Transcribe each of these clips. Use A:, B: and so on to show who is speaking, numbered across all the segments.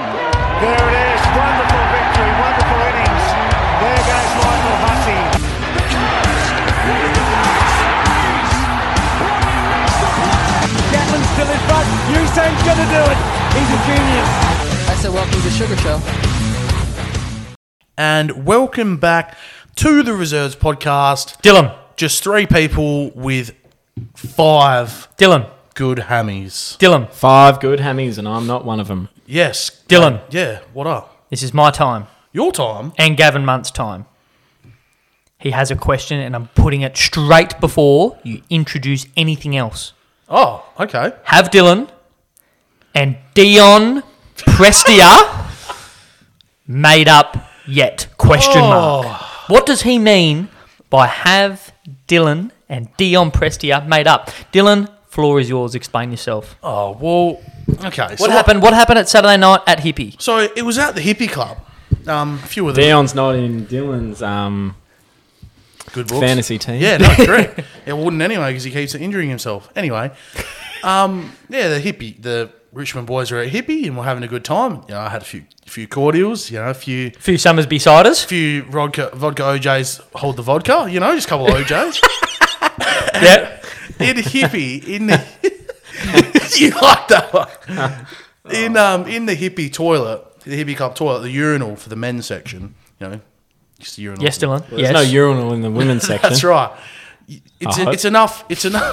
A: There it is. Wonderful victory. Wonderful innings. There goes Lionel Huttie.
B: Gatlin still in front. Usain's going to do it. He's a genius.
C: I said, welcome to the Sugar Show.
D: and welcome back to the Reserves podcast.
E: Dylan,
D: Just three people with five
E: Dylan,
D: good hammies.
E: Dylan,
B: Five good hammies, and I'm not one of them.
D: Yes,
E: Dylan.
D: yeah, what up?
E: This is my time
D: Your time.
E: and Gavin Munt's time. He has a question, and I'm putting it straight before you introduce anything else.
D: Oh, okay.
E: Have Dylan and Dion Prestia made up yet? Question mark. What does he mean by have Dylan and Dion Prestia made up? Dylan, floor is yours. Explain yourself.
D: Oh well. Okay. so
E: What happened? What happened at Saturday night at Hippie?
D: So it was at the hippie club. Um, a few of the
B: Dion's not in Dylan's um,
D: good books.
B: fantasy team.
D: Yeah, no, correct. it wouldn't anyway because he keeps injuring himself. Anyway, um, yeah, the hippie, the Richmond boys were at hippie and we're having a good time. You know, I had a few, few cordials. You know, a few
E: Few summers beside us.
D: few vodka, vodka OJs hold the vodka, you know, just a couple of OJs.
E: Yeah.
D: in hippie, in the you like that one? In um, in the hippie toilet, the hippie club toilet, the urinal for the men's section, you know, just the urinal.
E: Yes, Dylan.
B: There's
E: yes.
B: no urinal in the women's section.
D: That's right. It's,
B: hope.
D: it's enough. It's enough.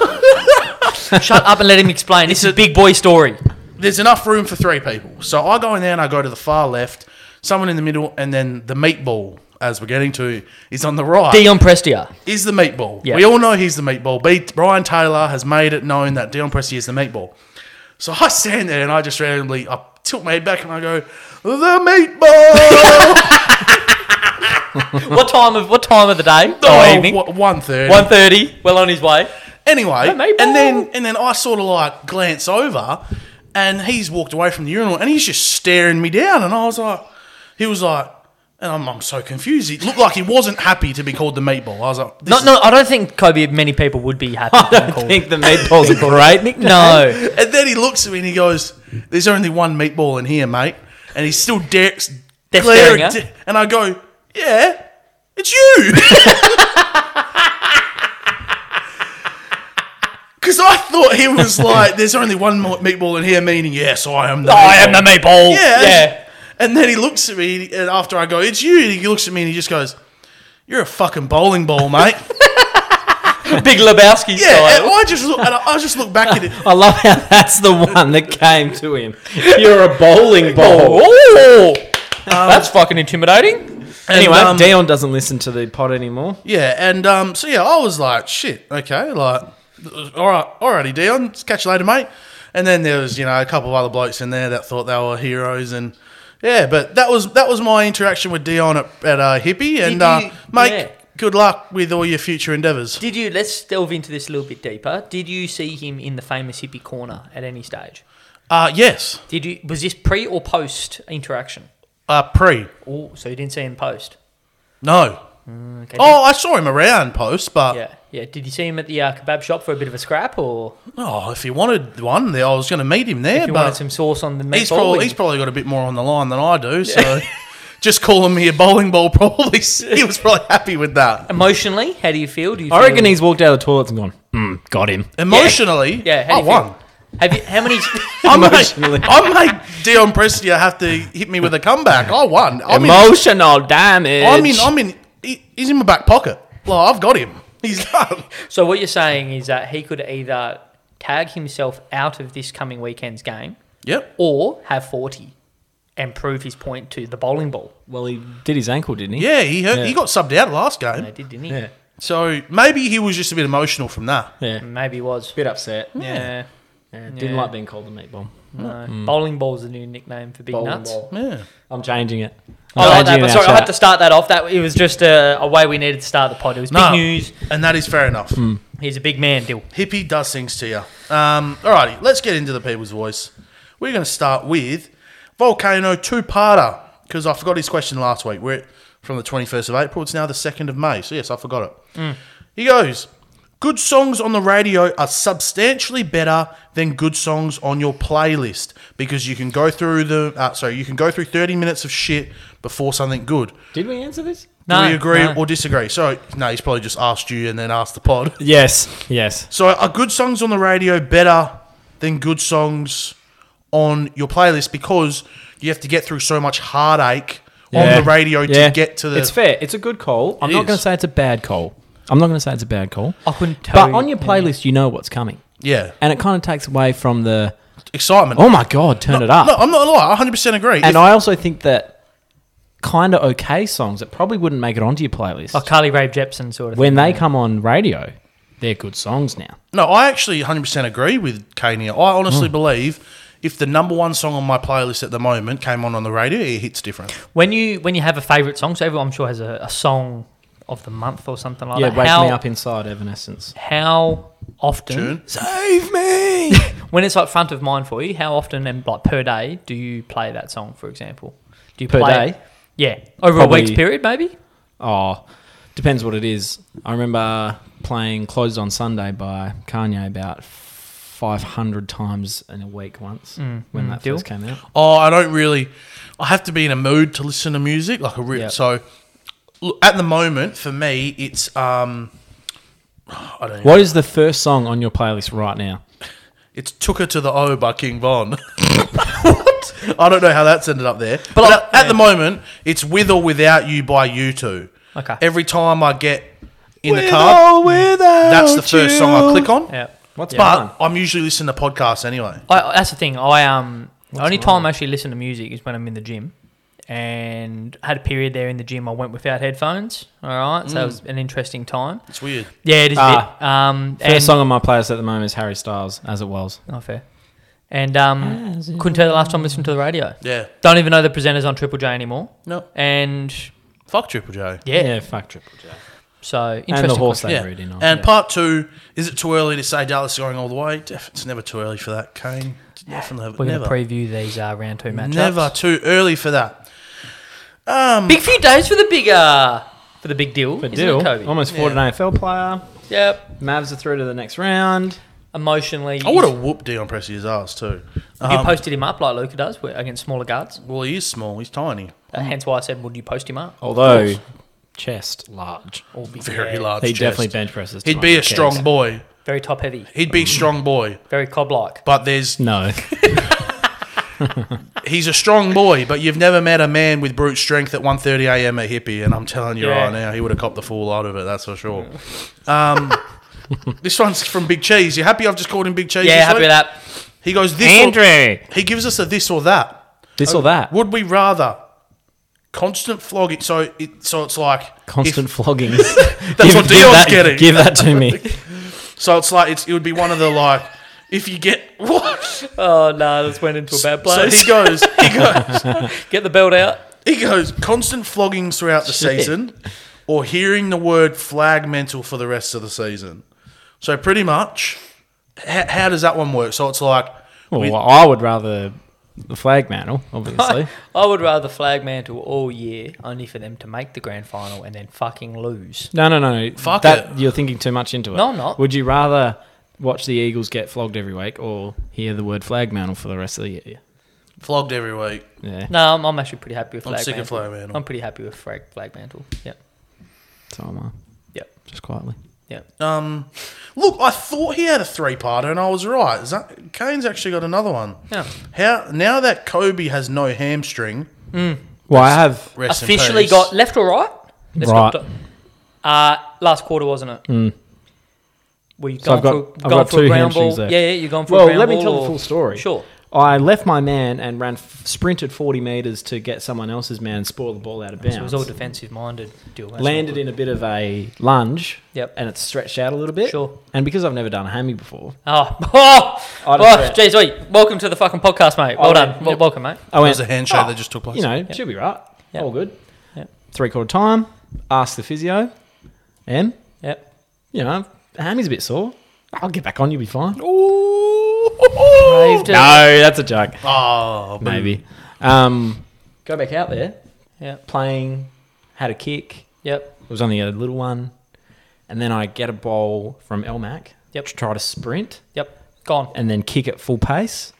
E: Shut up and let him explain. This is a big boy story.
D: there's enough room for three people. So I go in there and I go to the far left, someone in the middle, and then the meatball, as we're getting to, is on the right.
E: Dion Prestia.
D: is the meatball.
E: Yeah.
D: We all know he's the meatball. Be- Brian Taylor has made it known that Dion Presti is the meatball. So I stand there and I just randomly I tilt my head back and I go, the meatball. Oh,
E: what time of what time of the day?
D: oh,
E: or evening.
D: one third.
E: One thirty. Well on his way.
D: Anyway,
E: meatball.
D: and then and then I sort of like glance over, and he's walked away from the urinal and he's just staring me down, and I was like, he was like. And I'm, I'm so confused. He looked like he wasn't happy to be called the meatball. I was like, this
E: No,
D: is-
E: no, I don't think Kobe. Many people would be happy. I don't
B: think the meatballs are great nickname.
E: No,
D: And then he looks at me and he goes, "There's only one meatball in here, mate." And he's still da-
E: They're
D: glaring.
E: staring
D: at- and I go, "Yeah, it's you." Because I thought he was like, "There's only one mo- meatball in here," meaning yes, I am the.
E: I
D: meatball."
E: am the meatball.
D: Yeah.
E: yeah.
D: And then he looks at me, and after I go, "It's you," and he looks at me and he just goes, "You're a fucking bowling ball, mate."
E: Big Lebowski
D: yeah, and
E: style.
D: I just look, and I, I just look back at it.
B: I love how that's the one that came to him. You're a bowling ball.
E: Oh, that's fucking intimidating.
B: Anyway,
D: And, um,
B: Dion doesn't listen to the pod anymore.
D: Yeah, and um, so yeah, I was like, shit, okay, like, all right, alrighty, Dion, catch you later, mate. And then there was, you know, a couple of other blokes in there that thought they were heroes, and yeah, but that was that was my interaction with Dion at, at uh, Hippie, and uh,
E: you-
D: mate,
E: yeah.
D: good luck with all your future endeavours.
E: Did you? Let's delve into this a little bit deeper. Did you see him in the famous hippie corner at any stage?
D: Uh, yes,
E: Did you? Was this pre or post interaction?
D: uh, pre,
E: Oh, so you didn't see him post.
D: no.
E: Mm, Okay.
D: Oh, I saw him around post, but
E: Yeah, yeah. Did you see him at the uh, kebab shop for a bit of a scrap, or
D: oh, if he wanted one, then I was going to meet him there,
E: if you
D: but
E: wanted some sauce on the meatball?
D: He's probably,
E: and-
D: he's probably got a bit more on the line than I do, so just calling me a bowling ball probably he was probably happy with that.
E: Um, Emotionally, how do you feel? Do you?
B: I
E: feel,
B: reckon he's walked out of the toilets and gone, mm, got him.
D: Emotionally,
E: Yeah, how do
D: I
E: you feel?
D: won.
E: Have you? How many?
D: I
B: Emotionally.
D: made, I made Dion Prestia have to hit me with a comeback. I won. I'm in,
B: Emotional damage.
D: I'm in. I'm in. He, he's in my back pocket. Like I've got him. He's done.
E: so what you're saying is that he could either tag himself out of this coming weekend's game,
D: Yep.
E: or have forty, and prove his point to the bowling ball.
B: well, he did his ankle, didn't he?
D: Yeah, he hurt,
B: Yeah.
D: he got subbed out last
E: They
D: game,
E: did, didn't he?
B: Yeah.
D: so maybe he was just a bit emotional from that.
B: Yeah.
E: Maybe he was.
B: Bit upset. Yeah.
E: Yeah.
B: Didn't like being called the meatball.
E: No. Bowling ball's the new nickname for big nuts.
D: Yeah.
B: I'm changing it.
E: Oh, I like that,
B: Changing
E: but
B: our
E: sorry, I had
B: chat.
E: to start that off. That it was just a, a way we needed to start the pod. It was big
D: No.
E: news.
D: And that is fair enough.
E: Hmm. He's a big man, Dill.
D: Hippie does things to you. Um, alrighty, let's get into the people's voice. We're going to start with Volcano Two Parter because I forgot his question last week.
E: Mm.
D: We're at- from the 21st of April. It's now the 2nd of May. So, yes, I forgot it. He goes, Good songs on the radio are substantially better than good songs on your playlist because you can go through the uh, sorry you can go through thirty minutes of shit before something good.
F: Did we answer this?
E: No,
D: Do we agree
E: no.
D: or disagree? So no, he's probably just asked you and then asked the pod.
F: Yes. Yes.
D: So are good songs on the radio better than good songs on your playlist because you have to get through so much heartache
F: Yeah.
D: on the radio to
F: Yeah.
D: get to the
F: It's fair. It's a good call. I'm
D: It
F: not
D: is.
F: going to say it's a bad call. I'm not going to say it's a bad call.
E: I couldn't tell
F: But
E: you.
F: on your playlist, you know what's coming,
D: yeah
F: and it kind of takes away from the
D: excitement.
F: oh my god, turn it up.
D: No, I'm not gonna lie. I 100 percent agree.
F: and
D: If-
F: I also think that kind of okay songs that probably wouldn't make it onto your playlist
E: Oh, Carly Rae Jepsen sort of.
F: when
E: thing.
F: they come on radio, they're good songs now.
D: no, I actually 100 percent agree with Kania. I honestly
F: Hmm.
D: believe if the number one song on my playlist at the moment came on on the radio, it hits different.
E: when you when you have a favorite song, so everyone I'm sure has a, a song of the month or something like
F: yeah,
E: that.
F: wake
E: how,
F: me up inside Evanescence.
E: How often?
D: Tune.
F: Save me.
E: When it's like front of mind for you, how often and like per day do you play that song? For example, do you
F: Per
E: play
F: day?
E: Yeah, over a week's
F: Probably-
E: period, maybe.
F: oh, depends what it is. I remember playing "Closed on Sunday" by Kanye about. 500 times in a week once when that
E: Mm. deal.
F: first came out.
D: Oh, I don't really. I have to be in a mood to listen to music, like a real.
F: Yeah.
D: So, l- at the moment, for me, it's um, I don't. Know,
F: What is the first song on your playlist right now?
D: It's "Took Her to the O" by King Von. what? I don't know how that's ended up there, but, at, at the moment, it's "With or Without You" by U2.
E: Okay.
D: Every time I get in the car, mm, that's the first song I click on.
E: Yeah.
F: What's
E: Yeah.
F: mine?
D: But I'm usually listening to podcasts anyway.
E: I, that's the thing. I um the only time I actually listen to music is when I'm in the gym, and I had a period there in the gym. I went without headphones. All right, so it was an interesting time.
D: It's weird.
E: Yeah, it is.
F: Ah.
E: a bit. Um,
F: First
E: and,
F: song on my playlist at the moment is Harry Styles, as it was.
E: Oh, fair. And
F: Ah,
E: um, couldn't tell you the last time I listened to the radio.
D: Yeah.
E: Don't even know the presenters on Triple J anymore.
D: No.
E: And
D: Fuck Triple J.
E: yeah,
F: fuck Triple J.
E: so interesting.
F: And the horse
E: question.
F: they
D: Yeah.
F: rode in on.
D: And part two, is it too early to say Dallas is going all the way? Def- It's never too early for that, Kane. Definitely
E: We're going
D: never.
E: to preview these uh, round two matchups.
D: never too early for that.
E: Big few days for the big uh, for the big deal.
F: But
E: isn't
F: deal,
E: it, Kobe?
F: almost forward an AFL player.
E: Yep.
F: Mavs are through to the next round.
E: Emotionally,
D: I would have whooped Dion Pressy's ass too.
E: you
D: Um,
E: posted him up like Luca does wi- against smaller guards.
D: well, he is small. He's tiny.
E: Uh, hence why I said, would you post him up?
F: Although, chest large.
E: Or big,
D: Very
E: yeah,
D: large.
F: He
D: chest.
F: definitely bench presses.
D: He'd be a strong boy.
E: Very top heavy.
D: He'd be strong boy.
E: Very cob like.
D: But there's
F: No.
D: he's a strong boy. But you've never met a man with brute strength at 1:30 a.m. at hippie. And I'm telling you
E: Yeah.
D: right now, he would have copped the full out of it. That's for sure. Um, this one's from Big Cheese. You happy? I've just called him Big Cheese.
E: Yeah,
D: this
E: happy
D: week?
E: with that.
D: He goes this. or- he gives us a this or that.
F: This or that.
D: Would we rather constant flogging? So it, so it's like
F: Constant
D: if-
F: floggings.
D: that's
F: Give-
D: what
F: give
D: Dion's
F: that-
D: getting.
F: Give that to me.
D: so it's like it's, it would be one of the like if you get what?
E: Oh, no, this went into a bad
D: So
E: place.
D: he goes. He goes.
E: Get the belt out.
D: He goes. Constant floggings throughout the season, or hearing the word flag mental for the rest of the season. So pretty much, how, how does that one work? So it's like. we-
F: Well, I would rather the flag mantle, obviously.
E: I would rather flag mantle all year, only for them to make the grand final and then fucking lose.
F: No, no, no. no.
D: Fuck
F: that,
D: it.
F: You're thinking too much into it.
E: No, I'm not.
F: Would you rather watch the Eagles get flogged every week or hear the word flag mantle for the rest of the year?
D: flogged every week.
F: Yeah.
E: No, I'm, I'm actually pretty happy with
D: I'm
E: flag
D: sick of
E: mantle.
D: flag mantle.
E: I'm pretty happy with flag, flag mantle. Yep.
F: So am I.
E: Yep.
F: Just quietly.
E: Yep.
D: Um, look, I thought he had a three-parter, and I was right. Is that, Kane's actually got another one.
E: Yeah.
D: How now that Kobe has no hamstring,
F: Well, I have.
D: rest in
E: Officially
D: peace.
E: got left or right?
F: Right.
E: go
F: Hmm.
E: to- uh, last quarter, wasn't it? Were you going
F: So I've got-
E: for,
F: I've
E: going
F: got
E: for a
F: two
E: ground ball?
F: hamstrings there.
E: Yeah, yeah, you're going for a
F: Well,
E: ground
F: let me
E: ball
F: tell the
E: or-
F: full story.
E: Sure.
F: I left my man and ran, sprinted 40 metres to get someone else's man and spoil the ball out of
E: So it was all
F: bounds.
E: defensive minded. Deal. That's
F: Landed
E: all
F: in a bit of a lunge.
E: Yep.
F: And it's stretched out a little bit.
E: Sure.
F: And because I've never done a hammy before,
E: good. Oh, oh,
F: I'd
E: oh
F: have-
E: geez, wait. Welcome to the fucking podcast, mate. Well
F: I
E: done.
F: went-
E: Well, welcome, mate.
F: I
D: It
F: went,
D: was a handshake
F: "Oh,
D: that just took place.
F: you know, she'll be right.
E: Yep.
F: All good.
E: Yep.
F: Three quarter time. Ask the physio. And,
E: Yep.
F: you know, hammy's a bit sore. I'll get back on. You'll be fine.
E: Braved it.
F: No, that's a joke.
D: oh, but
F: Maybe. Um, go back out there.
E: Yep.
F: Playing. Had a kick.
E: Yep.
F: It was only a little one. And and then I get a ball from Elmac.
E: Yep.
F: To try to sprint
E: Yep. Gone.
F: and then kick at full pace,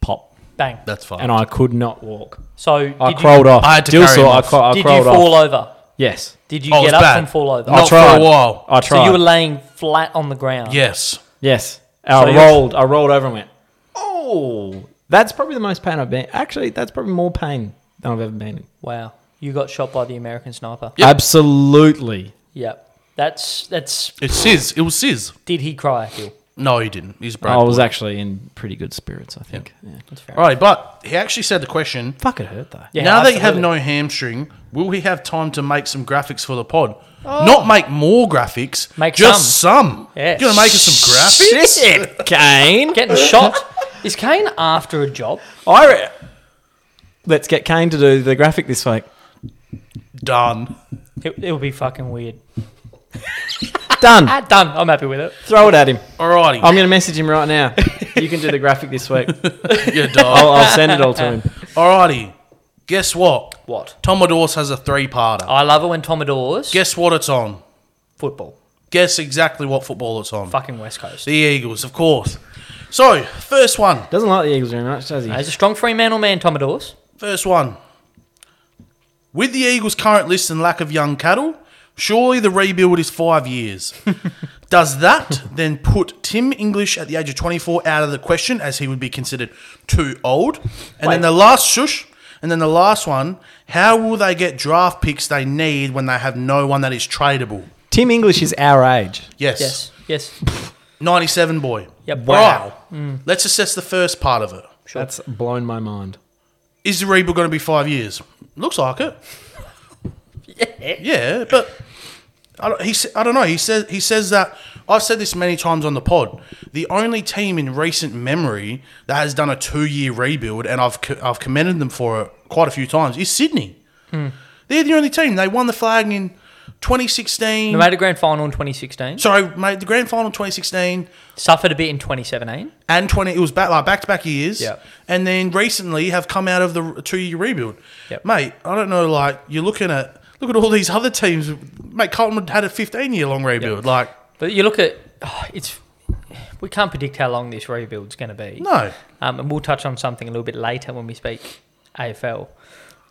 F: pop,
E: Bang.
D: That's fine.
F: and I could not walk.
E: So did
F: I
E: you,
F: crawled off.
D: I had to
F: Dill
D: carry
F: saw
D: him
F: I,
D: off.
F: cra- I
E: Did you
F: crawled off.
E: fall over?
F: Yes.
E: Did you
D: Oh, it was
E: get up
D: bad.
E: and fall over?
D: Not
F: I
D: for
F: tried.
D: a while.
F: I tried.
E: So you were laying flat on the ground.
D: Yes.
F: Yes.
E: So
F: I
E: you're-
F: rolled. I rolled over and went. Oh, that's probably the most pain I've been. Actually, that's probably more pain than I've ever been in.
E: Wow. You got shot by the American sniper.
D: Yep.
F: Absolutely.
E: Yep. That's that's.
D: It's Sizz. It was Sizz.
E: Did he cry? Phil?
D: No, he didn't. He's brave.
F: I was actually in pretty good spirits. I think. Yeah.
E: That's fair.
D: Right, but he actually said the question.
F: Fuck, it hurt though.
E: Yeah,
D: now that you have
E: absolutely.
D: no hamstring, will he have time to make some graphics for the pod? Not make more graphics.
E: Make
D: just some.
E: Yeah.
D: You're gonna make us some graphics.
F: Shit, Kane.
E: Getting shot. Is Kane after a job?
F: I re- Let's get Kane to do the graphic this week.
D: Done.
E: It, it would be fucking weird.
F: Done.
E: Ah, done. I'm happy with it.
F: Throw it at him.
D: Alrighty.
F: I'm going to message him right now. You can do the graphic this week.
D: you dog.
F: I'll, I'll send it all to him.
D: Alrighty. Guess what?
E: What?
D: Tomodors has a three-parter.
E: I love it when Tomadors
D: Guess what it's on?
E: football.
D: Guess exactly what football it's on.
E: Fucking West Coast.
D: The Eagles, of course. So, first one.
F: Doesn't like the Eagles very much, does he?
E: He's a strong Fremantle man, Tomadors.
D: First one. With the Eagles' current list and lack of young cattle, surely the rebuild is five years. Does that then put Tim English at the age of 24 out of the question as he would be considered too old? And then the last shush. And then the last one, how will they get draft picks they need when they have no one that is tradable?
F: Tim English is our age.
D: Yes.
E: Yes. Yes.
D: 97 boy.
E: Yep. Mm.
D: Wow. Let's assess the first part of it.
F: That's blown my mind.
D: Is the rebuild going to be five years? Looks like it. yeah. but I don't, he, sa- I don't know. He says he says that I've said this many times on the pod. The only team in recent memory that has done a two year rebuild, and I've co- I've commended them for it quite a few times, is Sydney. They're the only team. They won the flag in 2016.
E: They made a grand final in 2016.
D: Sorry, made the grand final in 2016
E: Suffered a bit in 2017.
D: and 20 it was back like back to back years
E: Yep.
D: and then recently have come out of the two year rebuild
E: Yep.
D: mate i don't know like you're looking at look at all these other teams mate Collingwood had a 15 year long rebuild like
E: But you look at oh, it's. We can't predict how long this rebuild's going to be.
D: no
E: Um, and we'll touch on something a little bit later when we speak AFL.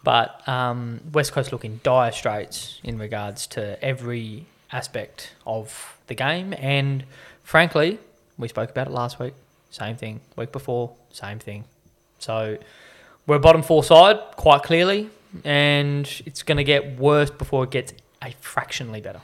E: But um, West Coast look in dire straits in regards to every aspect of the game. And frankly, we spoke about it last week. Same thing. Week before, same thing. So we're a bottom four side, quite clearly. And it's going to get worse before it gets a fractionally better.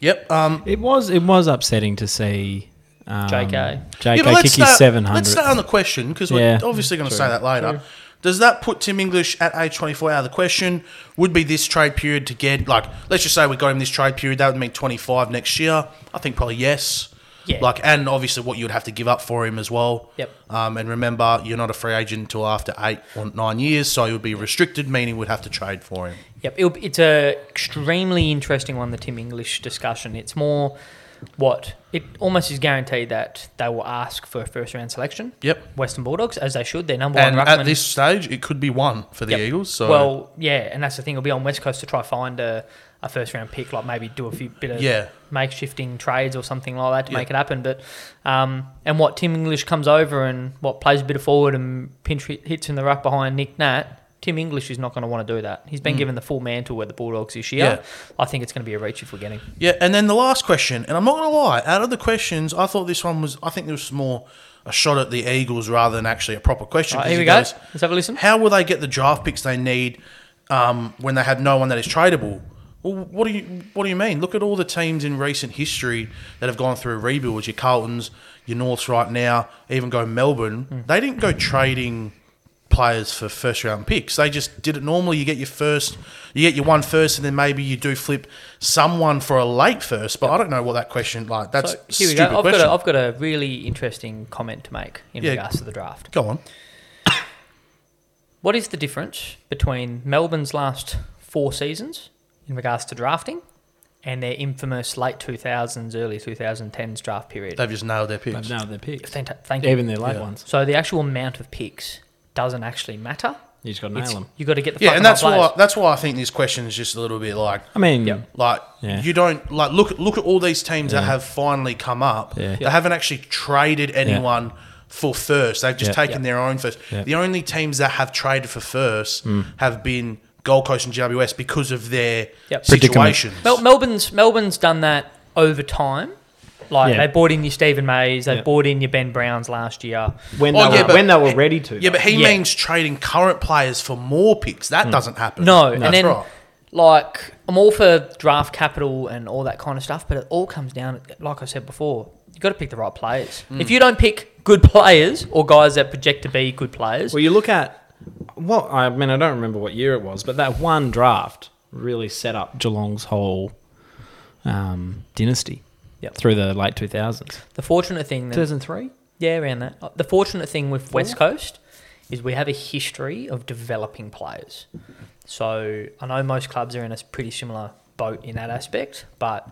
D: yep um
F: It was it was upsetting to see um,
E: JK.
F: JK
D: yeah, but
F: kick
D: let's
F: his
D: start,
F: 700.
D: let's start on the question because we're
F: Yeah.
D: obviously going to say that later does that put tim english at age 24 out of the question would be this trade period to get like let's just say we got him this trade period that would mean 25 next year i think probably yes
E: Yeah.
D: Like and obviously what you'd have to give up for him as well.
E: Yep.
D: Um, and remember, you're not a free agent until after eight or nine years, so you would be restricted, meaning we'd have to trade for him.
E: Yep, it'll, it's a extremely interesting one. The Tim English discussion. It's more what it almost is guaranteed that they will ask for a first round selection.
D: Yep.
E: Western Bulldogs, as they should, their number
D: And
E: one ruckman.
D: at this stage, it could be one for the
E: Yep.
D: Eagles. So
E: well, yeah, and that's the thing. It'll be on West Coast to try find a, a first round pick, like maybe do a few bit of
D: Yeah.
E: makeshifting trades or something like that to
D: Yeah.
E: make it happen. But um, and what Tim English comes over and what plays a bit of forward and pinch hit, hits in the ruck behind Nick Nat. Tim English is not going to want to do that. He's been given the full mantle at the Bulldogs this year.
D: Mm. Yeah.
E: I think it's going to be a reach if we're getting.
D: yeah, and then the last question, and I'm not gonna lie, out of the questions, I thought this one was I think there was more a shot at the Eagles rather than actually a proper question.
E: Right,
D: 'cause
E: here
D: it
E: we go.
D: goes,
E: Let's have a listen.
D: How will they get the draft picks they need um, when they have no one that is tradable? Well, what do you what do you mean? Look at all the teams in recent history that have gone through rebuilds. Your Carltons, your Norths right now, even go Melbourne.
E: Hmm.
D: They didn't go trading players for first round picks. They just did it normally. You get your first, you get your one first, and then maybe you do flip someone for a late first. But I don't know what that question like. That's
E: So here we
D: stupid
E: go. I've
D: question.
E: got, a, I've got a really interesting comment to make in
D: Yeah.
E: regards to the draft.
D: go on.
E: What is the difference between Melbourne's last four seasons in regards to drafting and their infamous late 2000s, early 2010s draft period?
D: They've just nailed their picks.
F: Now they're picked.
E: Thank, thank you.
F: Even their late ones.
E: So the actual amount of picks doesn't actually matter.
F: You just got to nail
E: It's,
F: them.
E: you got to get the
D: Yeah,
E: fucking
D: and that's
E: right players.
D: why that's why I think this question is just a little bit like
F: I mean,
D: like
F: Yeah.
D: you don't like look look at all these teams that have finally come up.
F: Yeah.
D: They haven't actually traded anyone for first. They've just
F: Yeah.
D: taken their own first.
F: Yeah. Hmm.
D: The only teams that have traded for first have been Gold Coast and GWS because of their
E: Yep.
F: Predicament.
D: situations.
E: Mel- Melbourne's Melbourne's done that over time. Like
F: Yeah.
E: they bought in your Stephen Mays, they
F: Yeah.
E: bought in your Ben Browns last year.
F: when,
D: Oh,
F: they
D: yeah,
F: were,
D: but-
F: when they were ready to.
D: Yeah, but he
E: Yeah.
D: means trading current players for more picks. That
F: Hmm.
D: doesn't happen.
E: No,
D: that's
E: and then
D: right.
E: like I'm all for draft capital and all that kind of stuff, but it all comes down, like I said before, you got to pick the right players. If you don't pick good players or guys that project to be good players,
F: Well, you look at well, I mean, I don't remember what year it was, but that one draft really set up Geelong's whole um, dynasty
E: Yep.
F: through the late two thousands,
E: the fortunate thing,
F: two
E: that,
F: thousand three.
E: yeah, around that. Uh, The fortunate thing with West Coast is we have a history of developing players. So I know most clubs are in a pretty similar boat in that aspect, but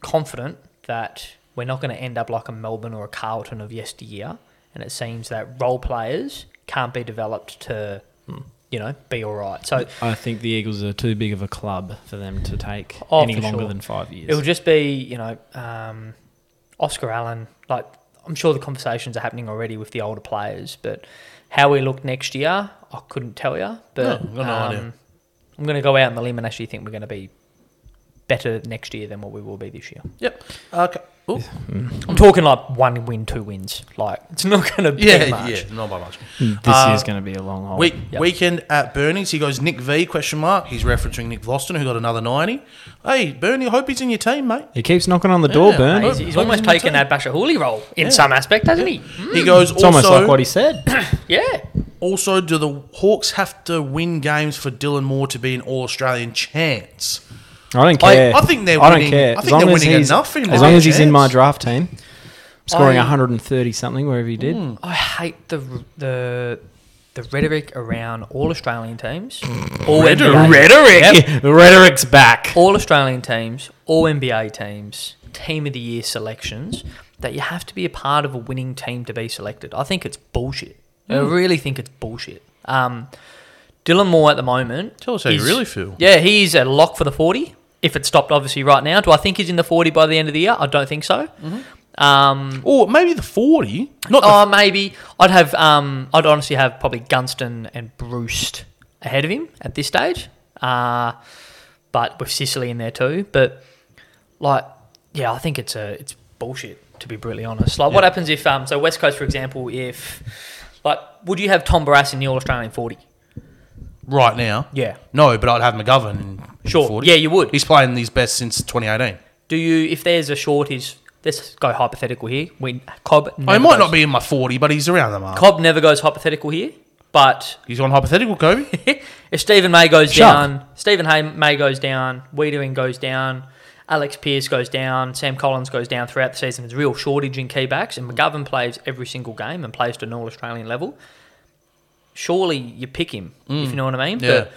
E: confident that we're not going to end up like a Melbourne or a Carlton of yesteryear. And it seems that role players can't be developed to, mm, you know, be all right. So
F: I think the Eagles are too big of a club for them to take
E: Oh,
F: any
E: for
F: longer
E: sure.
F: than five years.
E: It'll just be, you know, um, Oscar Allen. Like, I'm sure the conversations are happening already with the older players, but how we look next year, I couldn't tell you. But
D: No, I've got no
E: um,
D: idea.
E: I'm going to go out on the limb and actually think we're going to be better next year than what we will be this year.
D: Yep. Okay. Ooh.
E: I'm talking like one win, two wins. Like, it's not going to be
D: Yeah,
E: much.
D: yeah, not by much.
F: Hmm. this
D: Uh,
F: is going to be a long haul.
D: Week,
E: Yep.
D: Weekend at Bernie's. He goes Nick V question mark. He's referencing Nick Vlosten, who got another ninety. Hey Bernie, I hope he's in your team, mate.
F: he keeps knocking on the door,
D: Yeah,
F: Burn.
D: mate.
E: He's, he's almost
D: Well,
E: taken that Basha Hooley role in some aspect, hasn't he? Mm,
D: He goes
F: It's
D: also.
F: almost like what he said.
E: Yeah.
D: also, do the Hawks have to win games for Dylan Moore to be an All Australian chance?
F: I don't
D: I-
F: care.
D: I think they're
F: I don't
D: winning-
F: care.
D: I
F: As
D: think
F: long
D: they're
F: as
D: winning
F: he's-
D: enough in
F: As long
D: my
F: as he's in my
D: chance.
F: draft team, scoring
E: I-
F: 130 something wherever he did.
E: I hate the the the rhetoric around all Australian teams, all NBA,
F: Rhetoric. the rhetoric's back.
E: all Australian teams, all NBA teams, team of the year selections. That you have to be a part of a winning team to be selected. I think it's bullshit. I really think it's bullshit. Um, Dylan Moore at the moment.
D: Tell us how you
E: is-
D: really feel.
E: Yeah, he's a lock for the forty. If it stopped, obviously, right now. Do I think he's in the forty by the end of the year? I don't think so. Um,
F: Mm.
D: Or maybe the forty. Not the,
E: Oh, maybe I'd have. Um, I'd honestly have probably Gunston and Bruce ahead of him at this stage. Uh, but with Sicily in there too. But like, yeah, I think it's a it's bullshit to be brutally honest. Like, what happens if um, so West Coast, for example, if like, would you have Tom Barras in the All Australian forty?
D: right now.
E: Yeah.
D: No, but I'd have McGovern. In
E: Sure.
D: 40.
E: Yeah, you would.
D: He's playing his best since 2018.
E: Do you if there's a shortage? Let's go hypothetical here. When Cobb,
D: I
E: never
D: might
E: goes-
D: not be in my 40, but he's around the mark.
E: Cobb never goes hypothetical here, but
D: He's on hypothetical, Kobe.
E: if Stephen May goes
F: Shut up.
E: down, Stephen Hay- May goes down, Wiedering goes down, Alex Pierce goes down, Sam Collins goes down throughout the season. There's a real shortage in key backs, and McGovern plays every single game and plays to an All Australian level. Surely you pick him, if you know what I mean.
D: Mm. Yeah.
E: But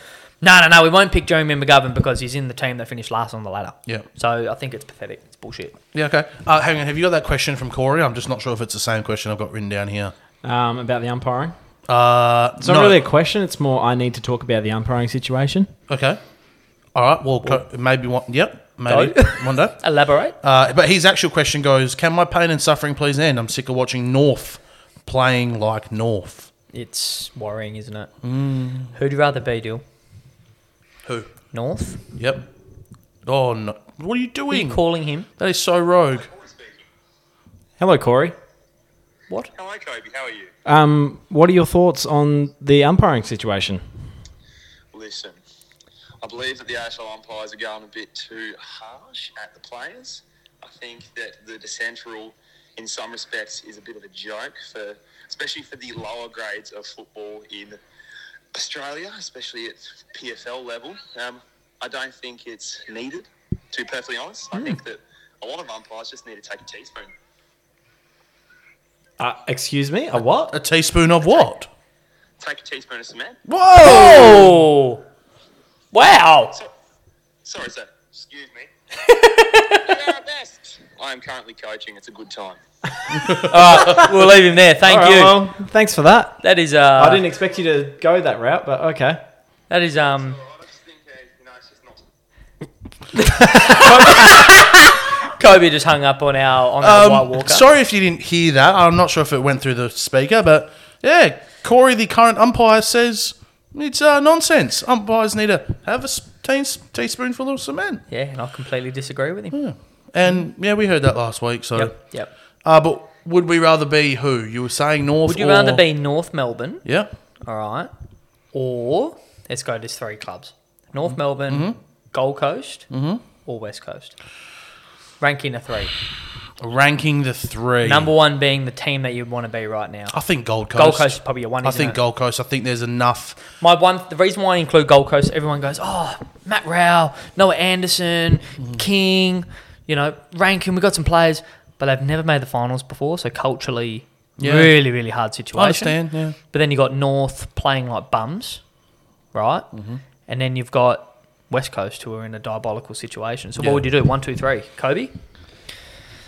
E: no, no, no, we won't pick Jeremy McGovern because he's in the team that finished last on the ladder.
D: Yeah.
E: So I think it's pathetic. It's bullshit.
D: yeah, okay. Uh, hang on. Have you got that question from Corey? I'm just not sure if it's the same question I've got written down here.
F: Um, about the umpiring.
D: Uh,
F: It's not really a question. It's more I need to talk about the umpiring situation.
D: Okay. All right. Well, co- maybe one. Yep. Maybe one day.
E: Elaborate.
D: Uh, but his actual question goes: Can my pain and suffering please end? I'm sick of watching North playing like North.
E: It's worrying, isn't it?
D: Mm.
E: Who'd you rather be, Dill?
D: Who?
E: North?
D: Yep. Oh no! What are you
E: Who are you
D: doing?
E: calling him?
D: that is so rogue.
F: Hello, Corey.
E: What?
G: Hello, Kobe. How are you?
F: Um, what are your thoughts on the umpiring situation?
G: Listen, I believe that the AFL umpires are going a bit too harsh at the players. I think that the descent rule, in some respects, is a bit of a joke for, especially for the lower grades of football in Australia, especially at PFL level. Um, I don't think it's needed. To be perfectly honest, I think that a lot of umpires just need to take a teaspoon.
F: Uh, excuse me. A what?
D: A teaspoon of what?
G: Take a teaspoon of cement.
E: Oh! Wow!
G: So, sorry, sir. Excuse me. Do our best. I am currently coaching. It's a good time.
E: We'll leave him there. Thank you.
F: Thanks for that.
E: that is uh,
F: I didn't expect you to go that route, but okay.
E: that is um.
G: I just think, uh, you know, it's just not.
E: Kobe just hung up on our on our White
D: Um,
E: Walker.
D: sorry if you didn't hear that. I'm not sure if it went through the speaker, but yeah, Corey, the current umpire, says it's uh, nonsense. Umpires need to have a s- teen- teaspoonful of cement.
E: Yeah, and I completely disagree with
D: Hmm.
E: him.
D: And yeah, we heard that last week. So,
E: Yep, yep.
D: Uh, but would we rather be who you were saying North?
E: Would you
D: or-
E: rather be North Melbourne,
D: Yeah.
E: all right, or let's go to three clubs:
D: Mm-hmm.
E: North Melbourne, Gold Coast, or West Coast? Ranking a three.
D: Ranking the three.
E: Number one being the team that you'd want to be right now.
D: I think Gold Coast.
E: Gold Coast is probably your one.
D: I
E: isn't
D: think
E: it?
D: Gold Coast. I think there's enough.
E: My one, the reason why I include Gold Coast, everyone goes, oh, Matt Rao, Noah Anderson,
D: Mm.
E: King, you know, Rankin, we got some players, but they've never made the finals before, so culturally,
D: Yeah.
E: really, really hard situation.
D: I understand. Yeah.
E: But then you got North playing like bums, right?
D: Mm-hmm.
E: And then you've got West Coast who are in a diabolical situation. So
D: Yeah.
E: what would you do? One, two, three. Kobe,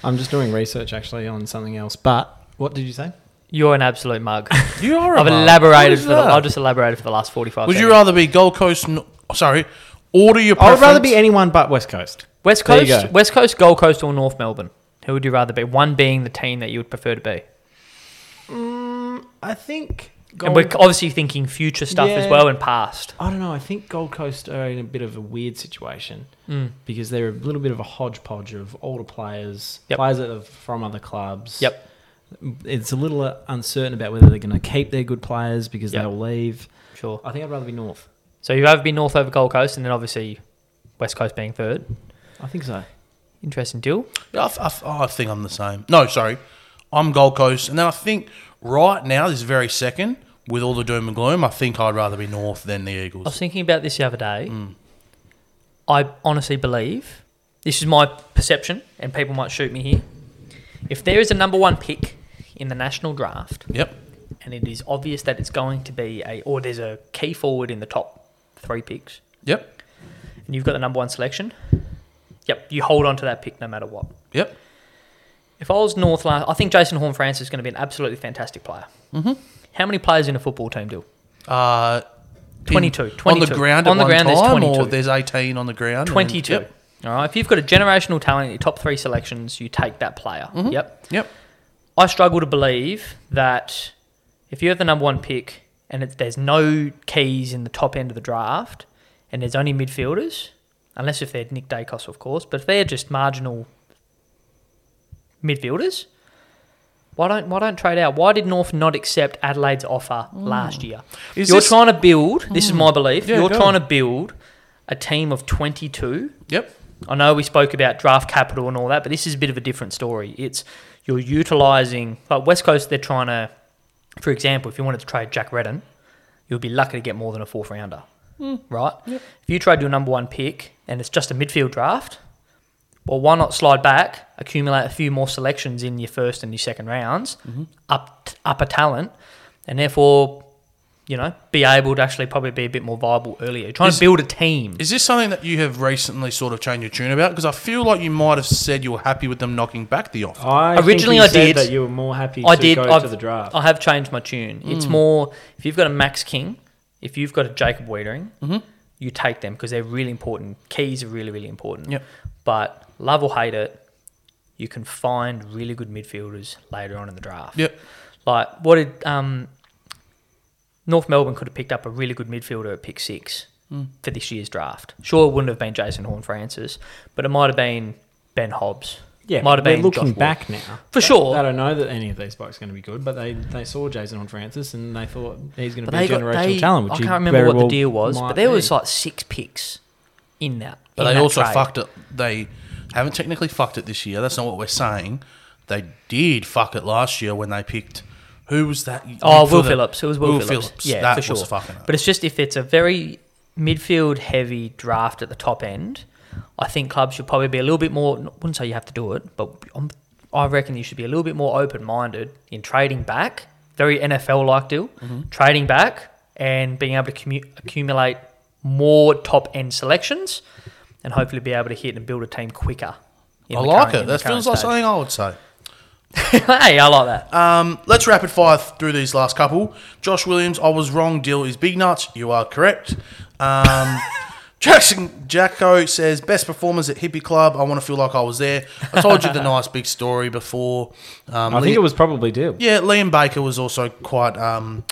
F: I'm just doing research actually on something else. But what did you say?
E: you're an absolute mug.
D: You are. a mug.
E: I've
D: What
E: elaborated
D: is
E: for the,
D: that?
E: I've just elaborated for the last 45
D: Would you
E: seconds.
D: rather be Gold Coast? n- Sorry. Order your.
F: I would rather
D: preference?
F: be anyone but West Coast.
E: West
F: There you
E: Coast,
F: go.
E: West Coast, Gold Coast, or North Melbourne? Who would you rather be? One being the team that you would prefer to be,
F: I think.
E: and we're obviously thinking future stuff as
F: Yeah.
E: well and past.
F: I don't know. I think Gold Coast are in a bit of a weird situation
E: Hmm.
F: because they're a little bit of a hodgepodge of older players,
E: Yep.
F: players that are from other clubs.
E: Yep.
F: It's a little uh, uncertain about whether they're going to keep their good players because
E: Yep.
F: they'll leave.
E: Sure.
F: I think I'd rather be North.
E: So you'd rather be North over Gold Coast, and then obviously West Coast being third.
F: I think so.
E: Interesting deal.
D: Yeah, I, th- I, th- oh, I think I'm the same. No, sorry. I'm Gold Coast. And then I think right now, this very second, with all the doom and gloom, I think I'd rather be North than the
E: I was
D: Eagles.
E: thinking about this the other day.
F: Hmm.
E: I honestly believe this is my perception, and people might shoot me here. If there is a number one pick in the national draft,
D: Yep.
E: and it is obvious that it's going to be a, or there's a key forward in the top three picks,
D: Yep.
E: and you've got the number one selection, yep, you hold on to that pick no matter what.
D: Yep.
E: If I was North last, I think Jason Horn France is going to be an absolutely fantastic player. Mm-hmm. How many players in a football team do?
D: Uh, in-
E: 22,
D: On the
E: 22.
D: ground
E: On
D: at
E: the
D: one
E: ground, there's
D: time,
E: 22.
D: or there's 18 on the ground? and then-
E: 22.
D: Yep.
E: All right. If you've got a generational talent in your top three selections, you take that player. Yep.
D: Yep.
E: I struggle to believe that if you have the number one pick and it, there's no keys in the top end of the draft and there's only midfielders, unless if they're Nick Dacos, of course, but if they're just marginal midfielders, why don't why don't trade out? Why did North not accept Adelaide's offer last year?
D: Mm. Is
E: you're
D: this- Mm.
E: trying to build. This is my belief.
D: Yeah,
E: you're
D: go
E: trying
D: on.
E: to build a team of 22
D: Yep.
E: I know we spoke about draft capital and all that, but this is a bit of a different story. It's you're utilising like West Coast. They're trying to, for example, if you wanted to trade Jack Redden, you'd be lucky to get more than a fourth rounder, right? If you trade your number one pick and it's just a midfield draft, well, why not slide back, accumulate a few more selections in your first and your second rounds, up up a talent, and therefore. You know, be able to actually probably be a bit more viable earlier. You're trying
D: Is-
E: to build a team.
D: Is this something that you have recently sort of changed your tune about? Because I feel like you might have said you were happy with them knocking back the offer.
F: I
E: Originally,
F: you
E: I
F: said
E: did.
F: that you were more happy
E: I
F: to
E: did.
F: go
E: I've,
F: to the draft.
E: I have changed my tune.
D: Hmm.
E: It's more if you've got a Max King, if you've got a Jacob Wiedering,
D: Mm-hmm.
E: you take them because they're really important. Keys are really really important.
D: Yep.
E: But love or hate it, you can find really good midfielders later on in the draft.
D: Yep.
E: Like what did um, North Melbourne could have picked up a really good midfielder at pick six
D: Hmm.
E: for this year's draft. Sure, it wouldn't have been Jason Horn Francis, but it might have been Ben Hobbs.
F: yeah,
E: might have
F: they're
E: been Josh
F: looking
E: Wolf.
F: back now.
E: for sure.
F: They don't know that any of these bikes are going to be good, but they, they saw Jason on Francis and they thought he's going to
E: But
F: be
E: they
F: a
E: got
F: generational
E: they,
F: talent. Which
E: I
F: he
E: can't remember
F: very
E: what the
F: well
E: deal was,
F: might
E: but there was
F: be.
E: like six picks in that.
D: But
E: in
D: they
E: that
D: also
E: trade.
D: fucked it. They haven't technically fucked it this year. That's not what we're saying. They did fuck it last year when they picked who was that?
E: Oh,
D: for
E: Will
D: the-
E: Phillips. It was Will, Phillips. Yeah,
D: that
E: for sure.
D: was fucking. It.
E: But it's just if it's a very midfield heavy draft at the top end, I think clubs should probably be a little bit more. I wouldn't say you have to do it, but i I reckon you should be a little bit more open minded in trading back. Very NFL like deal,
D: Mm-hmm.
E: trading back and being able to commu- accumulate more top end selections, and hopefully be able to hit and build a team quicker. in
D: I
E: the
D: like
E: current- in
D: it.
E: the
D: That
E: current
D: feels like
E: stage.
D: something I would say.
E: hey, I like that.
D: Um, let's rapid fire through these last couple. Josh Williams, I was wrong. Deal is big nuts. You are correct. Um, Jackson Jacko says best performers at Hippie Club. I want to feel like I was there. I told you the nice big story before. Um,
F: I think
D: Lee-
F: it was probably Deal.
D: yeah. Liam Baker was also quite. Um,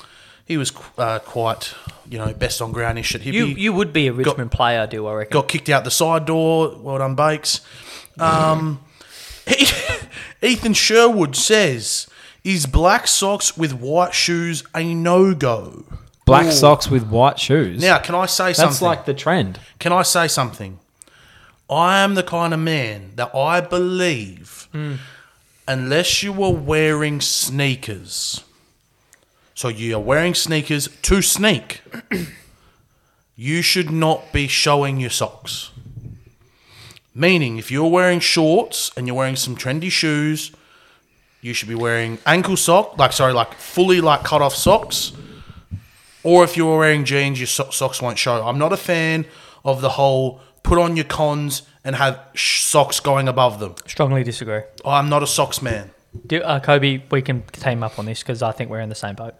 D: he was qu- uh, quite you know best on groundish at Hippie.
E: you you would be a Richmond player, do I reckon?
D: got kicked out the side door. Well done, Bakes. Um, Ethan Sherwood says, "Is black socks with white shoes a no go?"
F: Black socks with white shoes.
D: Now, can I say
F: that's
D: something?
F: like the trend.
D: can I say something? I am the kind of man that I believe, unless you are wearing sneakers, so you are wearing sneakers to sneak, you should not be showing your socks. Meaning, if you're wearing shorts and you're wearing some trendy shoes, you should be wearing ankle sock, like sorry, like fully like cut off socks or if you're wearing jeans, your so- socks won't show. I'm not a fan of the whole put on your cons and have sh- socks going above them.
E: Strongly disagree.
D: I'm not a socks man.
E: Do, uh, Kobe, we can team up on this because I think we're in the same boat.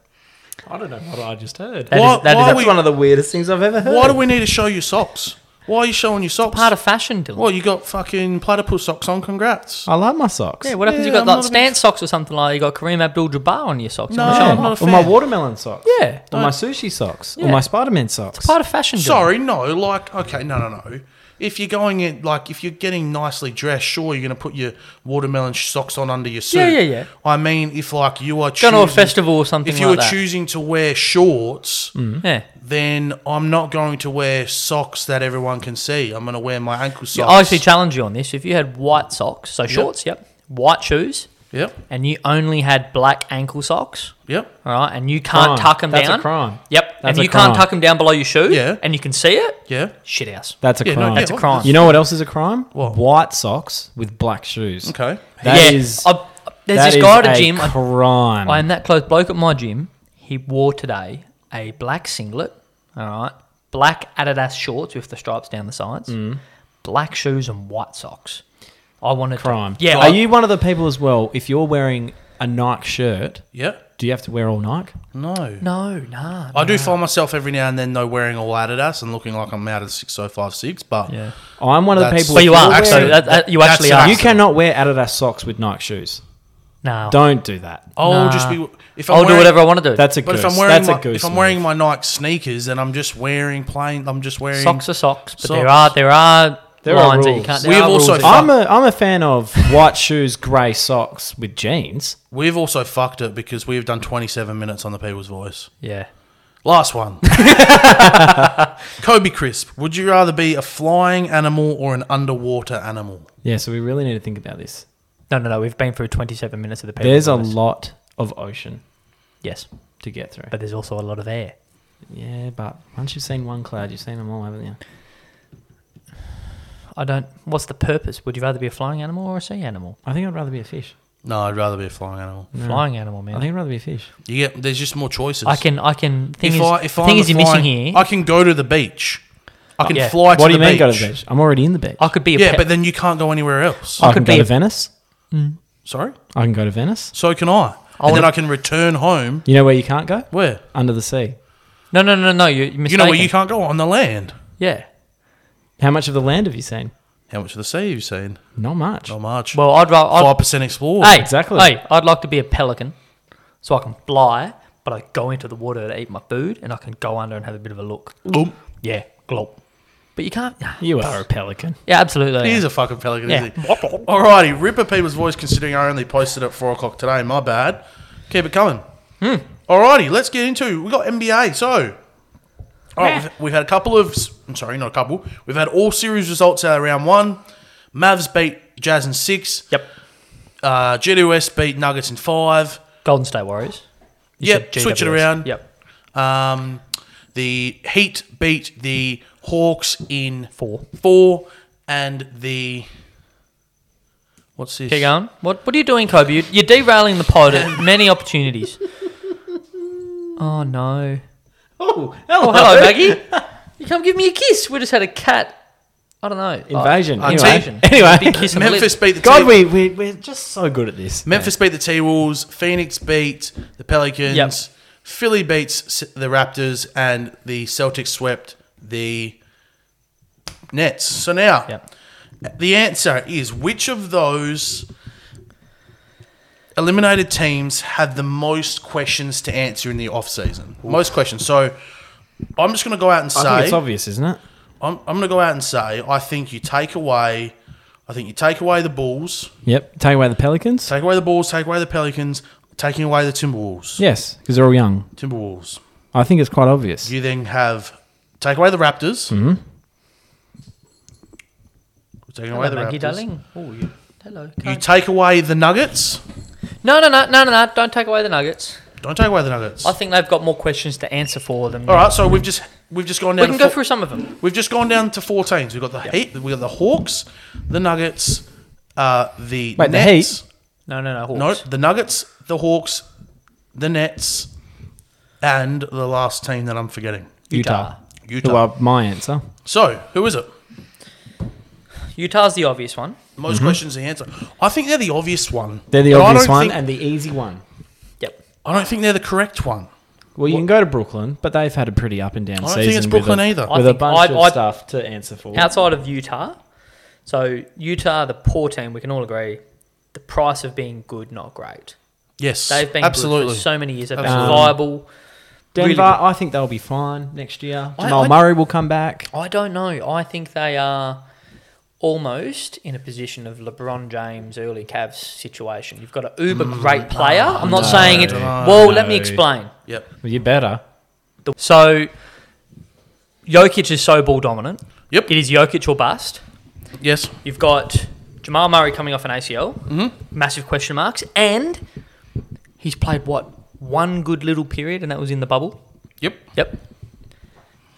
F: I don't know what I just heard.
E: That is
D: Why-
E: that is
D: why
E: a
D: we-
F: one of the weirdest things I've ever heard.
D: Why do we need to show your socks? Why are you showing your socks?
E: part of fashion, Dylan.
D: well, you got fucking platypus socks on. Congrats.
F: I love my socks.
E: yeah, what happens?
D: yeah,
E: you got
D: I'm
E: like
D: not a big-
E: stance socks or something like you got Kareem Abdul-Jabbar on your socks.
D: No,
E: on the
D: I'm
E: shoulder.
D: not a
F: or
D: fan.
F: my watermelon socks.
E: Yeah,
F: Or my sushi socks. Or my Spider Man socks.
E: part of fashion. Dylan.
D: Sorry, no. Like, okay, no, no, no. If you're going in, like, if you're getting nicely dressed, sure, you're going to put your watermelon sh- socks on under your suit.
E: Yeah, yeah, yeah.
D: I mean, if like you are
E: Going to a
D: choosing-
E: festival or something
D: if you
E: like
D: are
E: that. Mm.
D: choosing to wear shorts,
E: Hmm? yeah.
D: then I'm not going to wear socks that everyone can see. I'm going to wear my ankle socks.
E: I actually challenge you on this. If you had white socks, so shorts, yep, white shoes,
D: Yep,
E: and you only had black ankle socks,
D: yep.
E: all right, and you can't
F: Crime.
E: tuck them
F: That's a
E: down.
F: crime.
E: Yep,
F: That's
E: and
F: a
E: you
F: crime.
E: can't tuck them down below your shoe.
D: Yeah.
E: and you can see it.
D: Yeah.
E: Shit house.
F: That's a
D: Yeah, no,
F: crime.
D: yeah,
E: That's a crime.
F: You know what else is a crime?
D: What?
F: White socks with black shoes.
D: Okay.
F: That
E: yeah.
F: is-
E: I- there's
F: that
E: this
F: is
E: guy at
F: a
E: a gym. I-
F: Crime.
E: I am that close bloke at my gym. He wore today a black singlet, all right, black Adidas shorts with the stripes down the sides,
F: Mm.
E: black shoes and white socks. I wanted to-
F: crime.
E: yeah,
F: Are
E: I-
F: you one of the people as well? If you're wearing a Nike shirt,
D: Yep.
F: do you have to wear all Nike?
D: No.
E: No, nah.
D: I do find myself every now and then though wearing all Adidas and looking like I'm out of six oh five six, but
E: Yeah.
F: I'm one of the
D: That's-
F: people.
E: But
F: if
E: you
F: you're
E: are.
F: wearing-
E: So
D: actually-
E: that, that- you
D: that's
E: actually
D: an
E: are.
F: You cannot wear Adidas socks with Nike shoes.
E: No.
F: Don't do that.
D: I'll just be if I'm
E: I'll do
D: wearing-
E: whatever I want to do.
F: That's a
D: But
F: goose.
D: if I'm wearing
F: That's
D: my,
F: a goose
D: if I'm
F: move.
D: wearing my Nike sneakers, then I'm just wearing plain. I'm just wearing
E: socks are socks, but there are
D: Socks.
E: there are
F: There are
E: lines that you
F: rules.
E: can't.
D: We've
E: There are
D: also
E: rules that-
D: fucked-
F: I'm a I'm a fan of white shoes, grey socks with jeans.
D: We've also fucked it because we've done 27 minutes on the People's Voice.
E: yeah.
D: Last one. Kobe Crisp. Would you rather be a flying animal or an underwater animal?
F: Yeah, so we really need to think about this.
E: No, no, no. We've been through 27 minutes of the paper.
F: There's a lot of ocean
E: Yes,
F: to get through.
E: but there's also a lot of air.
F: yeah, but once you've seen one cloud, you've seen them all, haven't you?
E: I don't. What's the purpose? Would you rather be a flying animal or a sea animal?
F: I think I'd rather be a fish.
D: No, I'd rather be a flying animal.
E: Flying animal,
F: Mm. I
E: man.
F: think I'd rather be a fish.
D: You get there's just more choices.
E: I can. I can. Thing
D: If
E: is,
D: I if
E: the
D: I'm
E: thing
D: a
E: is, you're missing
D: flying-
E: here.
D: I
E: I,
D: can go to the beach. I can
E: Yeah.
D: fly to
F: What do you
D: the
F: mean
D: beach.
F: go to the beach? I'm already in the beach.
E: could be a.
D: Yeah,
E: pet- Oh.
D: but then you can't go anywhere else.
F: I, can
E: could
F: go
E: be
F: to
E: a-
F: Venice.
D: Sorry.
F: I can go to Venice.
D: So can I.
E: Oh,
D: and then I can return home.
F: You know where you can't go?
D: Where?
F: Under the sea.
E: no, no, no, no. You're, you're mistaken.
D: You know where you can't go on the land.
E: Yeah.
F: How much of the land have you seen?
D: How much of the sea have you seen?
F: Not much.
D: Not much.
E: Well, I'd rather.
D: Five
E: I'd,
D: percent explored.
E: hey,
F: Exactly.
E: Hey, I'd like to be a pelican, so I can fly, but I go into the water to eat my food, and I can go under and have a bit of a look.
D: Boom.
E: Yeah, glop. But you can't.
F: You are a pelican.
E: Yeah, absolutely.
D: He is a fucking pelican,
E: Yeah.
D: isn't he? Alrighty, Ripper People's Voice, considering I only posted at 4 o'clock today, my bad. Keep it coming.
E: Hmm.
D: Alrighty, let's get into We've got NBA. So, all right, we've, we've had a couple of, s- I'm sorry, not a couple. We've had all series results out of round one. Mavs beat Jazz in six.
E: Yep.
D: Uh, GWS beat Nuggets in five.
E: Golden State Warriors. You
D: Yep,
E: said
D: switch it
E: GWS.
D: around.
E: Yep.
D: Um, the Heat beat the Hawks in
E: Four.
D: Four. And the. What's this?
E: Keep going. What What are you doing, Kobe? You- You're derailing the pod at many opportunities. Oh no!
F: Oh, hello.
E: Oh, hello, Maggie. You come give me a kiss. We just had a cat I don't know.
F: Invasion.
E: Like,
F: Anyway.
E: invasion.
F: Anyway.
E: Big kiss on the
D: Memphis
E: lip.
D: beat the
F: God,
D: T-
F: we, we, we're just so good at this.
D: Memphis beat the T Wolves. Phoenix beat the Pelicans.
E: Yep.
D: Philly beats S- the Raptors, and the Celtics swept the Nets. So now,
E: Yep.
D: the answer is which of those eliminated teams had the most questions to answer in the off season? Most questions. So I'm just going to go out and say
F: I think it's obvious, isn't it?
D: I'm, I'm going to go out and say I think you take away, I think you take away the Bulls,
F: Yep. Take away the Pelicans.
D: take away the Bulls, take away the Pelicans, taking away the Timberwolves.
F: Yes, because they're all young.
D: Timberwolves.
F: I think it's quite obvious.
D: You then have take away the Raptors. Mm-hmm. Taking away
E: Hello,
D: the
E: Maggie,
D: Raptors.
E: darling. Oh, you. Hello.
D: You
E: Karen.
D: take away the Nuggets.
E: no, no, no, no, no, no. Don't take away the Nuggets.
D: Don't take away the Nuggets.
E: I think they've got more questions to answer for them.
D: All right, so we've just we've just gone down.
E: We can
D: to
E: go
D: four-
E: through some of them.
D: We've just gone down to four teams. We've got the Heat. We've got the Hawks, the Nuggets, uh, the
F: Wait, the
D: Nets.
F: Heat?
E: No, no, no. Hawks.
D: No, the Nuggets, the Hawks, the Nets, and the last team that I'm forgetting,
F: Utah.
D: Utah.
F: Who are my answer?
D: So, who is it?
E: Utah's the obvious one.
D: Most questions, the answer. I think they're the obvious one.
F: Mm-hmm. They're the
D: But I
F: obvious
D: don't
F: one
D: think-
F: and the easy one.
E: Yep.
D: I don't think they're the correct one.
F: Well, you can go to Brooklyn, but they've had a pretty up and down
D: don't
F: season.
D: think it's
F: with
D: Brooklyn
F: a-
D: either. I
F: With a
E: think
F: bunch
E: I'd-
F: of
E: I'd-
F: stuff to answer for.
E: Outside of Utah, so Utah, the poor team, we can all agree, the price of being good, not great.
D: Yes,
E: They've been
D: absolutely.
E: good for so many years. They've been
D: Absolutely.
E: viable.
F: Denver,
E: really good.
F: I think they'll be fine next year.
D: I-
F: Jamal
D: I-
F: Murray will come back.
E: I don't know. I think they are almost in a position of LeBron James early Cavs situation. You've got an
D: Mm,
E: uber great player. I'm not saying it. Well, let me explain.
D: yep.
F: Well, you better.
E: The- So Jokic is so ball dominant.
D: Yep.
E: It is Jokic or bust.
D: Yes.
E: You've got Jamal Murray coming off an ACL,
D: Mm-hmm.
E: massive question marks, and he's played what one good little period, and that was in the bubble.
D: Yep.
E: Yep.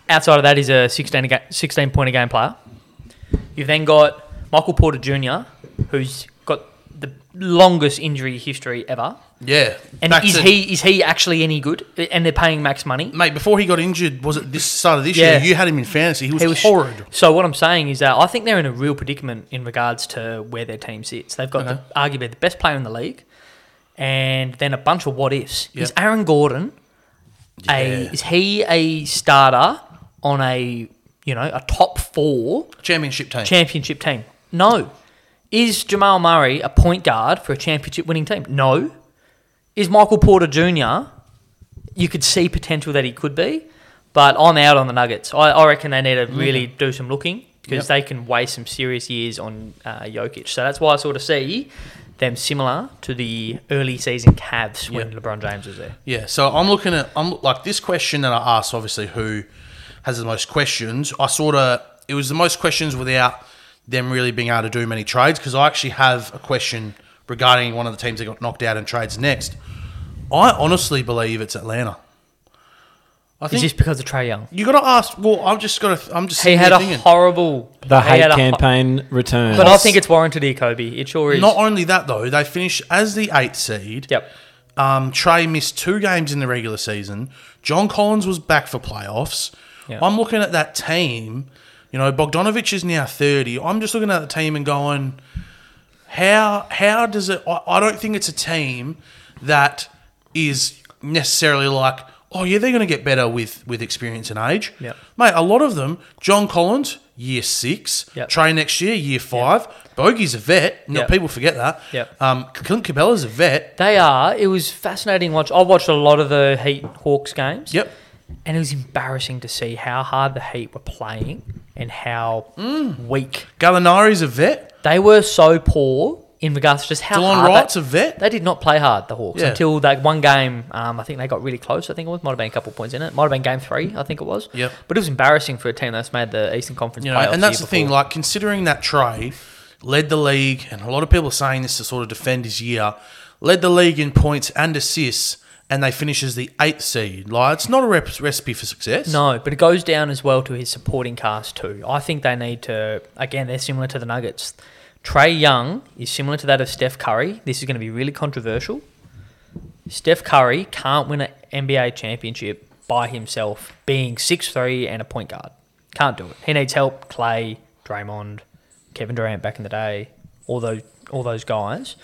E: Outside of that, he's a 16, a ga- 16 point a game player. You've then got Michael Porter Jr., who's got the longest injury history ever.
D: Yeah.
E: And
D: Back
E: is
D: to-
E: he is he actually any good? And they're paying max money.
D: mate? Before he got injured, was it this start of this
E: Yeah.
D: year? You had him in fantasy. He was,
E: He was-
D: horrid.
E: So what I'm saying is that I think they're in a real predicament in regards to where their team sits. They've got
D: Okay.
E: the, arguably the best player in the league, and then a bunch of what ifs.
D: Yeah.
E: Is Aaron Gordon a
D: Yeah.
E: is he a starter on a you know a top four
D: Championship team.
E: championship team? No. Is Jamal Murray a point guard for a championship winning team? No. Is Michael Porter Jr. You could see potential that he could be, but I'm out on the Nuggets. I, I reckon they need to
F: Mm-hmm.
E: really do some looking because they can waste some serious years on uh, Jokic. So that's why I sort of see them similar to the early season Cavs when LeBron James was there.
D: Yeah, so I'm looking at I'm like this question that I asked obviously who has the most questions. I sort of it was the most questions without them really being able to do many trades because I actually have a question regarding one of the teams that got knocked out in trades next. I honestly believe it's Atlanta. I
E: Is
D: think
E: this because of Trey Young?
D: you got to ask. Well, I've just got to. I'm just.
E: He
D: sitting
E: had
D: here
E: a
D: thinking.
E: horrible
F: The
E: he
F: hate
E: had a ho-
F: campaign returns.
E: but I think it's warranted here, Kobe. It sure is.
D: Not only that though, they finished as the eighth seed.
E: yep.
D: Um, Trey missed two games in the regular season. John Collins was back for playoffs.
E: Yeah.
D: I'm looking at that team. You know, Bogdanovich is now 30. I'm just looking at the team and going, how how does it? I, I don't think it's a team that is necessarily like, oh yeah, they're going to get better with with experience and age.
E: Yep.
D: Mate, a lot of them. John Collins, year six.
E: Yep.
D: Trey next year, year five. Bogey's a vet. No,
E: Yep.
D: people forget that.
E: Yep.
D: Um, Clint Cabella's a vet.
E: They are. It was fascinating watch. I watched a lot of the Heat Hawks games.
D: Yep.
E: And it was embarrassing to see how hard the Heat were playing and how
D: Mm.
E: weak
D: Gallinari's a vet.
E: they were. So poor in regards to just how
D: Delon
E: hard
D: Wright's
E: they,
D: a vet.
E: they did not play hard. The Hawks
D: Yeah.
E: until that one game. Um, I think they got really close. I think it was might have been a couple points in it. Might have been game three. I think it was.
D: Yep.
E: But it was embarrassing for a team that's made the Eastern Conference.
D: You know,
E: playoffs
D: and that's
E: year
D: the thing.
E: before.
D: Like considering that Trey led the league, and a lot of people are saying this to sort of defend his year, led the league in points and assists, and they finish as the eighth seed. Like it's not a rep- recipe for success.
E: No, but it goes down as well to his supporting cast too. I think they need to again, they're similar to the Nuggets. Trey Young is similar to that of Steph Curry. This is going to be really controversial. Steph Curry can't win an NBA championship by himself, being 6'3 and a point guard. Can't do it. He needs help, Clay, Draymond, Kevin Durant back in the day, all those all those guys.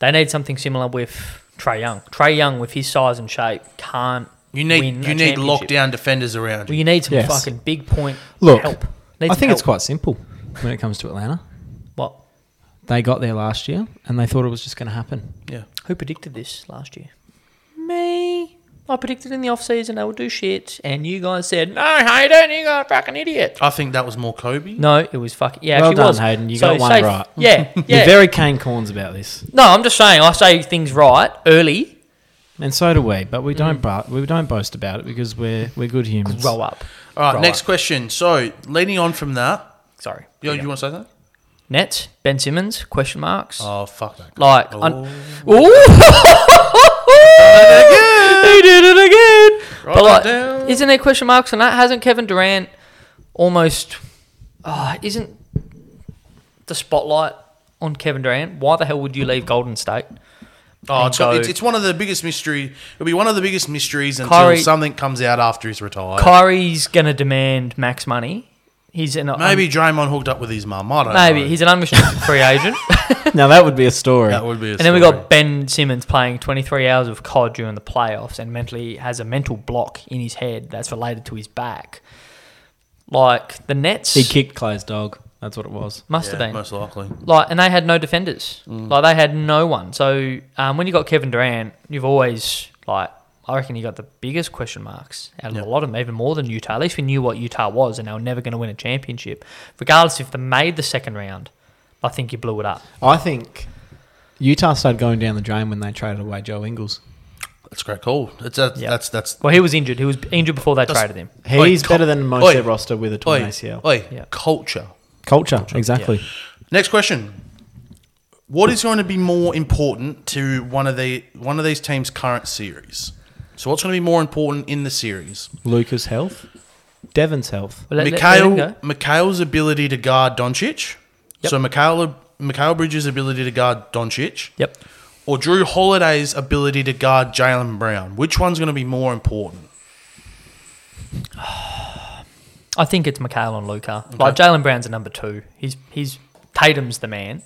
E: They need something similar with Trey Young. Trey Young, with his size and shape, can't.
D: You need
E: win a
D: you need
E: championship.
D: lockdown defenders around
E: Well,
D: you.
E: you need some
F: Yes.
E: fucking big point
F: Look,
E: help. Need
F: I
E: some
F: think it's
E: help.
F: quite simple when it comes to Atlanta.
E: What?
F: They got there last year and they thought it was just going to happen.
D: Yeah.
E: Who predicted this last year? Me. I predicted in the off season they would do shit, and you guys said no, Hayden, you got a fucking idiot.
D: I think that was more Kobe.
E: No, it was fucking yeah. it
F: Well
E: actually
F: done,
E: was.
F: Hayden, you got one
E: say-
F: right.
E: Yeah, yeah.
F: You're very cane corns about this,
E: no, I'm just saying I say things right early.
F: and so do we. But we don't. But we don't boast about it because we're we're good humans.
E: Grow up.
D: All right,
E: Right.
D: next question. So leading on from that,
E: Sorry.
D: you, you want to say that?
E: Nets, Ben Simmons, question marks.
D: Oh fuck that.
E: Like, un-
D: Oh.
E: Ooh! he did it again.
D: that
E: But like,
D: down.
E: isn't there question marks on that? Hasn't Kevin Durant almost? ah, isn't the spotlight on Kevin Durant? Why the hell would you leave Golden State?
D: Oh, it's,
E: go-
D: it's, it's one of the biggest mystery. It'll be one of the biggest mysteries until
E: Kyrie-
D: something comes out after he's retired.
E: Kyrie's gonna demand max money. He's an
D: Maybe Draymond hooked up with his mum. I don't
E: Um, maybe
D: know.
E: he's an unrestricted free agent.
F: Now that would be a story.
D: that would be. A
E: And then we got Ben Simmons playing 23 hours of COD during the playoffs and mentally has a mental block in his head that's related to his back. Like the Nets
F: He kicked Clay's dog. That's what it was.
E: must
D: yeah,
E: have been
D: most likely.
E: like, and they had no defenders.
F: Mm.
E: Like they had no one. So um, when you got Kevin Durant, you've always like I reckon you got the biggest question marks out of a lot of them, even more than Utah. At least we knew what Utah was, and they were never going to win a championship, regardless if they made the second round. I think you blew it up.
F: I think Utah started going down the drain when they traded away Joe Ingles.
D: That's a great call. It's a,
E: Yeah.
D: that's that's
E: Well, he was injured. He was injured before they traded him.
D: Oi,
F: He's
D: co-
F: better than most
D: oi,
F: of their roster with a torn
D: oi,
F: ACL.
D: oi,
E: Yeah.
D: culture.
F: Culture, exactly.
D: Next question. What is going to be more important to one of the one of these teams' current series? So what's going to be more important in the series?
F: Luca's health, Devon's health.
E: Well, let- let- let him
D: Mikhail
E: go.
D: Mikhail's ability to guard Doncic.
E: Yep.
D: So Mikhail Mikhail Bridges' ability to guard Doncic.
E: Yep.
D: Or Drew Holiday's ability to guard Jalen Brown. Which one's going to be more important?
E: I think it's Mikhail and Luca. Like Jalen Brown's a number two. He's he's Tatum's the man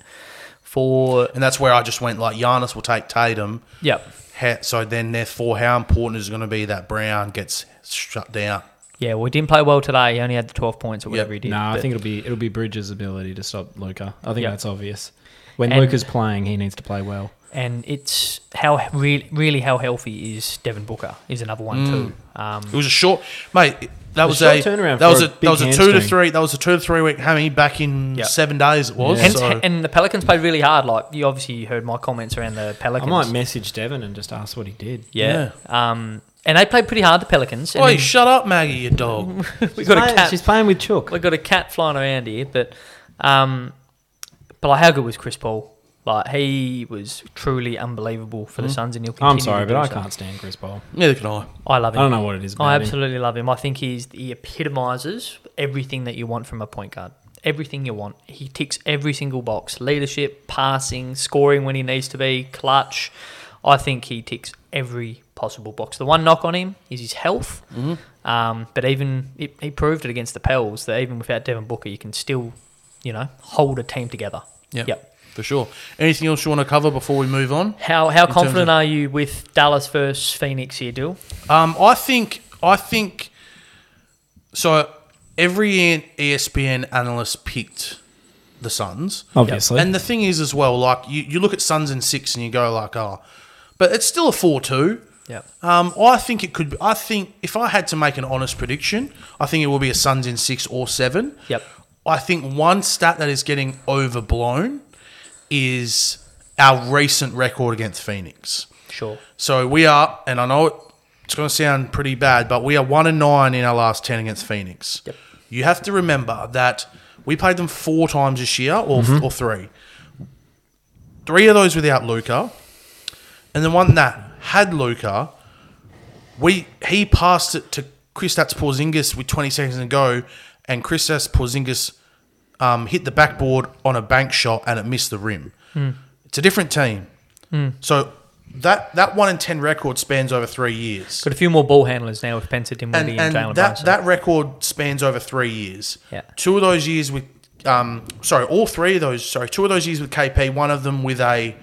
E: for
D: And that's where I just went like Giannis will take Tatum.
E: yep.
D: Ha- so then therefore how important is it going to be that Brown gets shut down?
E: Yeah, well, he didn't play well today. He only had the 12 points or whatever
D: Yep.
E: he did.
F: No, I
E: but-
F: think it'll be it'll be Bridges' ability to stop Luca. I think
E: Yeah.
F: that's obvious. When
E: And-
F: Luca's playing, he needs to play well.
E: and it's how really, really how healthy is Devin Booker is another one
D: Mm.
E: too. Um,
D: It was a short, mate. That was
F: short
D: a
F: turnaround
D: That was
F: for
D: a,
F: a
D: that was a
F: big
D: two to
F: hamstring.
D: three. That was a two to three week hammy back in
E: Yep.
D: seven days. It was.
F: Yeah.
E: hence-
D: So,
E: and the Pelicans played really hard. Like you obviously heard my comments around the
F: I
E: Pelicans.
F: might message Devon and just ask what he did.
E: yeah. Um, and they played pretty hard. The Pelicans. And
D: Oi,
E: then
D: shut up, Maggie, you dog.
E: we got a cat.
F: She's playing with Chook.
E: we got a cat flying around here, but um, but like how good was Chris Paul? Like he was truly unbelievable for the Suns, and he'll. Continue
F: Hmm. I'm sorry,
E: to do
F: but I
E: so.
F: can't stand Chris Paul.
D: Neither can I.
E: I love
F: I
E: him.
F: don't know what it is. About
E: I
F: him.
E: absolutely love him. I think he's he epitomizes everything that you want from a point guard. Everything you want. He ticks every single box: leadership, passing, scoring when he needs to be, clutch. I think he ticks every possible box. The one knock on him is his health,
F: Mm-hmm.
E: um, but even it, he proved it against the Pels that even without Devin Booker, you can still, you know, hold a team together.
D: Yeah,
E: Yep.
D: for sure. Anything else you want to cover before we move on?
E: How how
D: terms
E: confident
D: of-
E: are you with Dallas versus Phoenix here, Dill?
D: Um, I think I think so. Every E ESPN analyst picked the Suns.
F: Obviously.
D: And the thing is, as well, like you, you look at Suns and six and you go like, oh, but it's still a four-two.
E: Yep.
D: Um, I think it could. Be, I think if I had to make an honest prediction, I think it will be a Suns in six or seven.
E: Yep.
D: I think one stat that is getting overblown is our recent record against Phoenix.
E: Sure.
D: So we are, and I know it- it's going to sound pretty bad, but we are one and nine in our last ten against Phoenix.
E: Yep.
D: You have to remember that we played them four times this year, or,
E: Mm-hmm.
D: or three. Three of those without Luca, and the one that had Luca, we he passed it to Kristaps Porzingis with 20 seconds to go, and Kristaps Porzingis um, hit the backboard on a bank shot and it missed the rim. It's a different team. So that that one in ten record spans over three years,
E: Got a few more ball handlers now with Spencer Dinwiddie
D: and and
E: and, Jalen
D: that
E: Brunson.
D: that record spans over three years.
E: Yeah.
D: Two of those years with um, sorry, all three of those, sorry, two of those years with KP, one of them with a,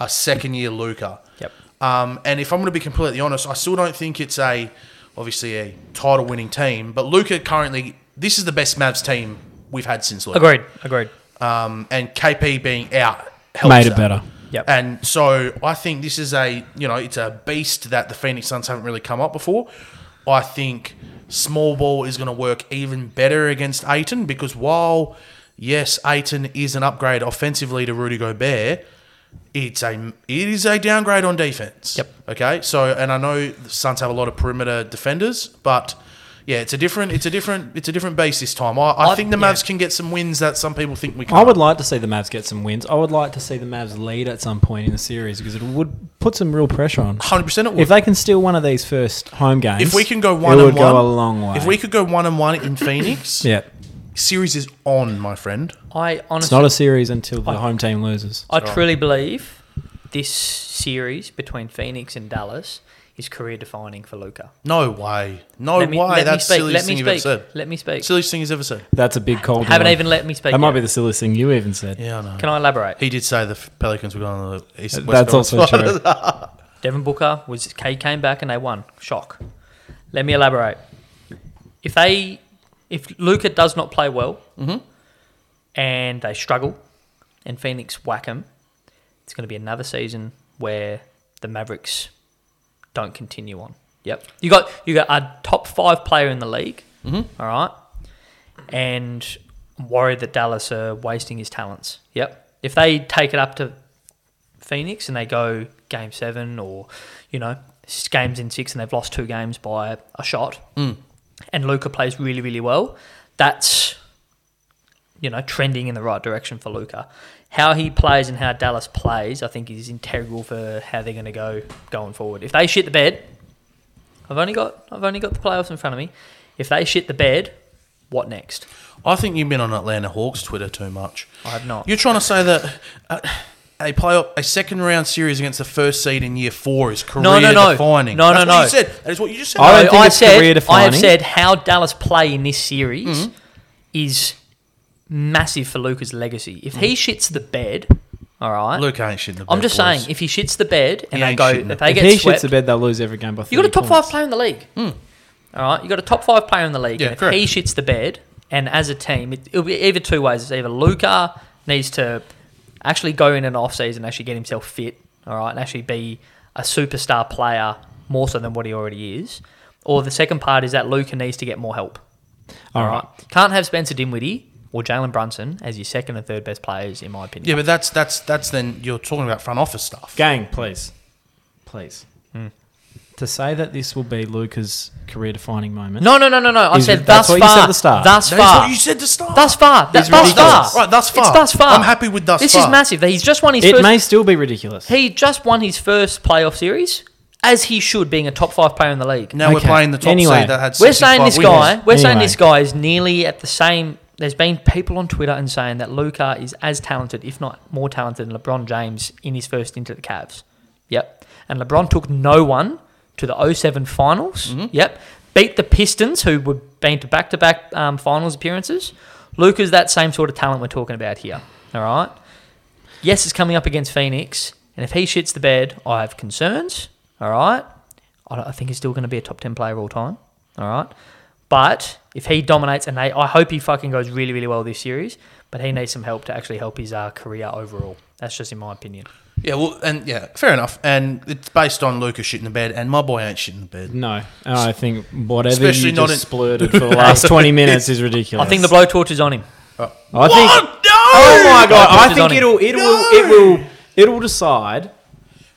D: a second year Luca.
E: Yep.
D: Um, and if I'm going to be completely honest, I still don't think it's a, obviously a title winning team, but Luca currently, this is the best Mavs team we've had since Luca.
E: Agreed. Agreed.
D: Um, and KP being out helps
F: Made it
D: that.
F: better.
E: Yep.
D: And so I think this is a you know it's a beast that the Phoenix Suns haven't really come up before. I think small ball is going to work even better against Aiton because while yes Aiton is an upgrade offensively to Rudy Gobert, it's a it is a downgrade on defense.
E: Yep.
D: Okay. So and I know the Suns have a lot of perimeter defenders, but yeah, it's a different it's a different it's a different base this time. I, I,
E: I-
D: think the
E: yeah.
D: Mavs can get some wins that some people think we can.
F: I would like to see the Mavs get some wins. I would like to see the Mavs lead at some point in the series because it would put some real pressure on.
D: hundred percent.
F: If they can steal one of these first home games,
D: If we can go one
F: it
D: and
F: would
D: one,
F: go a long way.
D: If we could go one and one in Phoenix,
F: yeah,
D: series is on, my friend.
E: I
F: it's
E: honestly,
F: not a series until the home team loses.
E: I truly believe this series between Phoenix and Dallas is career defining for Luca.
D: No way, no
E: Let me,
D: way.
E: let me
D: That's
E: speak.
D: silliest
E: Let me
D: thing you've ever
E: speak.
D: said.
E: Let me speak.
D: Silliest thing he's ever said.
F: That's a big cold.
E: Haven't
F: one.
E: even let me speak.
F: That might
E: yet.
F: be the silliest thing you even said.
D: Yeah, I know.
E: Can I elaborate?
D: He did say the F- Pelicans were going on the east. West
F: That's
D: Coast.
F: also true.
E: Devin Booker was he came back and they won. Shock. Let me elaborate. If they if Luca does not play well and they struggle and Phoenix whack him, it's going to be another season where the Mavericks don't continue on. Yep. You got you got a top five player in the league. all right. And I'm worried that Dallas are wasting his talents. Yep. If they take it up to Phoenix and they go game seven or, you know, s- games in six and they've lost two games by a shot and Luca plays really, really well, that's, you know, trending in the right direction for Luca. How he plays and how Dallas plays, I think, is integral for how they're going to go going forward. If they shit the bed, I've only got I've only got the playoffs in front of me. If they shit the bed, what next?
D: I think you've been on Atlanta Hawks Twitter too much.
E: I have not.
D: You're trying to say that. Uh, a playoff, a second round series against the first seed in year four is career
E: no, no.
D: defining.
E: No, no,
D: That's
E: no.
D: What you said that is what you just said.
F: I don't
E: No,
F: think
E: I
F: it's
E: said, I
F: career-defining.
E: have said how Dallas play in this series is massive for Luca's legacy. If
F: Mm.
E: he shits the bed, all right.
D: Luke ain't shitting the
E: I'm
D: bed,
E: just
D: boys.
E: saying, if he shits the bed and
D: He
E: they
D: ain't
E: go,
D: shitting
E: if they
F: if
E: get
F: he
E: swept,
F: shits the bed, they'll lose every game by.
E: you got a
F: 30
E: top
F: points.
E: five
F: Hmm.
E: player in the league. All right, you got a top five player in the league.
D: Yeah,
E: and if
D: correct.
E: he shits the bed, and as a team, it, it'll be either two ways. It's either Luca needs to actually go in an off season, actually get himself fit, all right, and actually be a superstar player more so than what he already is, or the second part is that Luca needs to get more help.
F: All
E: All
F: right.
E: right, can't have Spencer Dinwiddie or Jalen Brunson as your second and third best players, in my opinion.
D: Yeah, but that's that's that's then you're talking about front office stuff.
F: Gang, please. Please.
D: Hmm.
F: To say that this will be Luca's career defining moment.
E: No, no, no, no, no. I
F: Is-
E: said thus
F: that's what you
E: far.
F: said at the start.
E: Thus
D: That is
E: far.
D: what you said to start.
E: Thus far. That,
F: It's
E: thus
F: ridiculous.
E: far.
D: Right, thus far.
E: It's thus far.
D: I'm happy with thus
E: this
D: far.
E: is massive. He's just won his
F: It
E: first.
F: may still be ridiculous.
E: he just won his first playoff series, as he should, being a top five player in the league.
D: Now we're
F: Okay.
D: playing the top
F: Anyway,
D: seed that had.
E: we're saying
D: 65
E: this
D: wins.
E: guy. We're saying
F: Anyway.
E: this guy is nearly at the same. There's been people on Twitter and saying that Luca is as talented, if not more talented, than LeBron James in his first into the Cavs. Yep. And LeBron took no one to the 07 finals. Yep. Beat the Pistons, who were been to back to back finals appearances. Luca's that same sort of talent we're talking about here. All right. Yes, it's coming up against Phoenix, and if he shits the bed, I have concerns. All right, I, I think he's still going to be a top ten player all time. All right, but if he dominates, and they, I hope he fucking goes really, really well this series. But he needs some help to actually help his uh, career overall. That's just in my opinion.
D: Yeah, well, and yeah, fair enough. And it's based on Luca shitting the bed, and my boy ain't shitting the bed.
F: No, I think whatever
D: Especially
F: you
D: not
F: just
D: in-
F: splurted for the last twenty minutes is ridiculous.
E: I think the blowtorch is on him.
F: I think.
D: no!
F: Oh my god!
E: Blowtorch
F: I
E: is
F: think
E: on him.
F: it'll it'll
D: No!
F: it will it will decide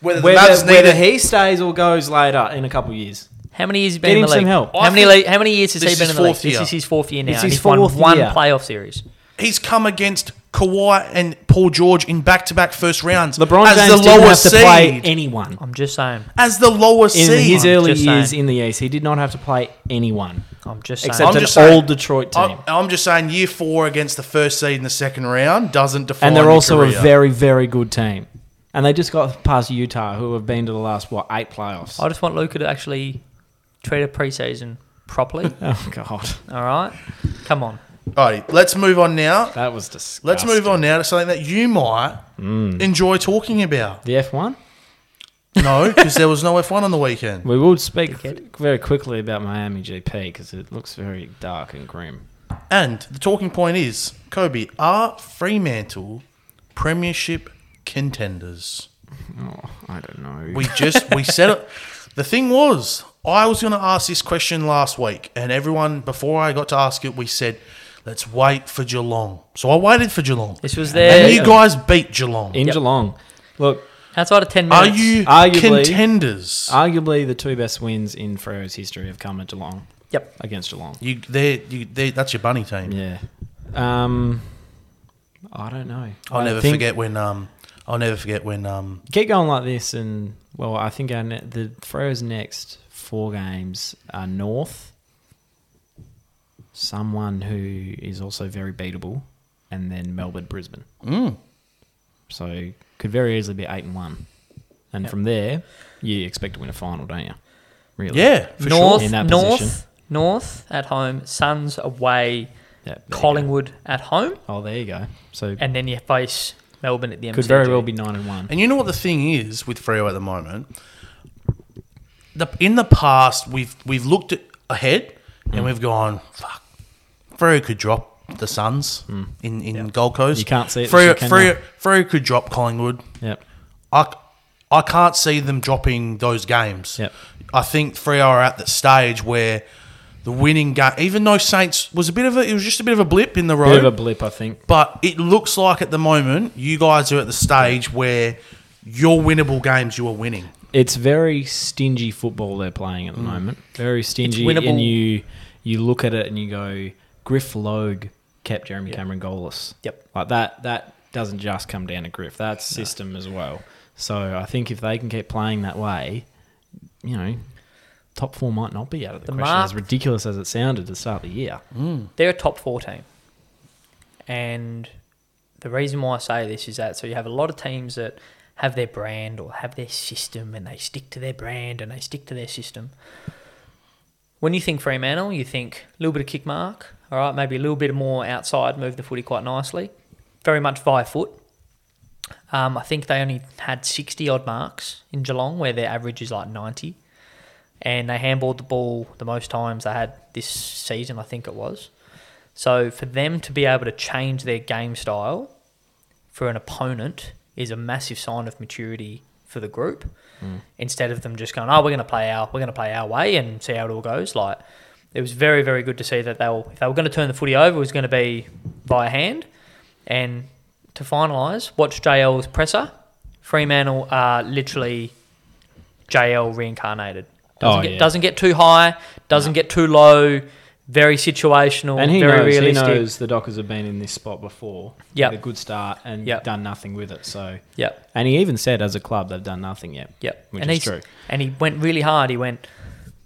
D: Whether, the Mavs
F: whether
D: need
F: whether
D: it-
F: he stays or goes later in a couple of years.
E: How many years has he
F: Get
E: been in
F: him
E: the
F: some
E: league?
F: help.
E: How
F: I
E: many lea- how many years has he
D: This
E: been
D: is
E: in the league?
D: fourth
E: This
D: year.
E: is his fourth year now.
F: It's
E: and
F: his
E: he's won
F: fourth
E: one
F: year.
E: playoff series.
D: he's come against Kawhi and Paul George in back-to-back first rounds.
F: LeBron
D: as
F: James
D: the
F: didn't
D: lower
F: have to play
D: seed,
F: anyone
E: I'm just saying.
D: as the lower
F: in
D: seed.
F: his
E: I'm
F: early
E: just
F: years
E: saying.
F: in the East. He did not have to play anyone
E: I'm just saying.
F: except
D: I'm
F: an
D: just saying-
F: old Detroit team.
D: I'm, I'm just saying, year four against the first seed in the second round doesn't define.
F: and they're
D: your
F: also a
D: career.
F: very very good team. And they just got past Utah, who have been to the last what eight playoffs.
E: I just want Luca to actually treat a preseason properly.
F: Oh god!
E: All right, come on.
D: Alrighty, let's move on now.
F: That was disgusting. Mm.
D: Let's move on now to something that you might enjoy talking about.
F: The F1.
D: No, because there was no F1 on the weekend.
F: We will speak very quickly about Miami GP because it looks very dark and grim.
D: And the talking point is Kobe, are Fremantle Premiership contenders?
F: Oh, I don't know.
D: We just, we said it. The thing was, I was going to ask this question last week, and everyone, before I got to ask it, we said, let's wait for Geelong. So I waited for Geelong.
E: This was
D: And
E: their
D: you guys beat Geelong.
F: in
E: Yep.
F: Geelong. Look,
E: outside of ten
D: Are
E: minutes.
D: you
F: Arguably- Uh,
D: contenders?
F: arguably the two best wins in Freo's history have come at Geelong
E: Yep.
F: against Geelong.
D: you, they're, you, they that's your bunny team.
F: Yeah. Um, I don't know.
D: I'll
F: I
D: never
F: think-
D: forget when um I'll never forget when um
F: Keep going like this, and well, I think our ne- the Freo's next four games are North, someone who is also very beatable, and then Melbourne, Brisbane.
D: Mm.
F: So could very easily be eight and one, and from there you expect to win a final, don't you? Really?
D: yeah for
E: North,
D: sure.
F: In that position.
E: North, North at home. Suns away.
F: Yeah, there you go.
E: Collingwood at home,
F: Oh, there you go. So
E: and then you face Melbourne at the MCG.
F: could very well be nine and one.
D: And you know what the thing is with Freo at the moment. The in the past we've we've looked at ahead
F: Hmm.
D: and we've gone fuck. Freo could drop the Suns in in Gold Coast.
F: Hmm. You can't see it this
D: Freo,
F: weekend,
D: Freo, Freo could drop Collingwood.
F: Yep.
D: I, c- I can't see them dropping those games.
F: Yep.
D: I think Freo are at the stage where the winning game, even though Saints was a bit of a, it was just a bit of a blip in the road.
F: Bit of a blip, I think.
D: But it looks like at the moment you guys are at the stage where your winnable games you are winning.
F: it's very stingy football they're playing at the moment. Very stingy,
E: Mm. winnable.
F: and you you look at it and you go, Griff Logue kept Jeremy Cameron goalless.
E: Yep.
F: like that. That doesn't just come down to Griff. That's system as well. So I think if they can keep playing that way, you know, top four might not be out of the,
E: The
F: question.
E: mark-
F: as ridiculous as it sounded to start the year,
E: They're a top four team, and the reason why I say this is that so you have a lot of teams that have their brand or have their system, and they stick to their brand and they stick to their system. When you think Fremantle, you think a little bit of kick mark, all right, maybe a little bit more outside, move the footy quite nicely, very much by foot. Um, I think they only had 60 odd marks in Geelong, where their average is like 90. And they handballed the ball the most times they had this season, I think it was. So for them to be able to change their game style for an opponent is a massive sign of maturity for the group.
F: Mm.
E: Instead of them just going, "Oh, we're going to play our we're going to play our way and see how it all goes." Like it was very very good to see that they were if they were going to turn the footy over, it was going to be by hand. And to finalise, watch JL's presser. Fremantle are literally JL reincarnated. Doesn't,
F: Oh,
E: get,
F: yeah.
E: doesn't get too high, doesn't get too low. Very situational,
F: and he
E: very
F: knows
E: realistic.
F: he knows the Dockers have been in this spot before.
E: Yep.
F: with a good start and
E: Yep.
F: done nothing with it. So
E: Yep.
F: and he even said as a club they've done nothing yet.
E: Yep.
F: which
E: and
F: is
E: he's-
F: true.
E: And he went really hard. He went,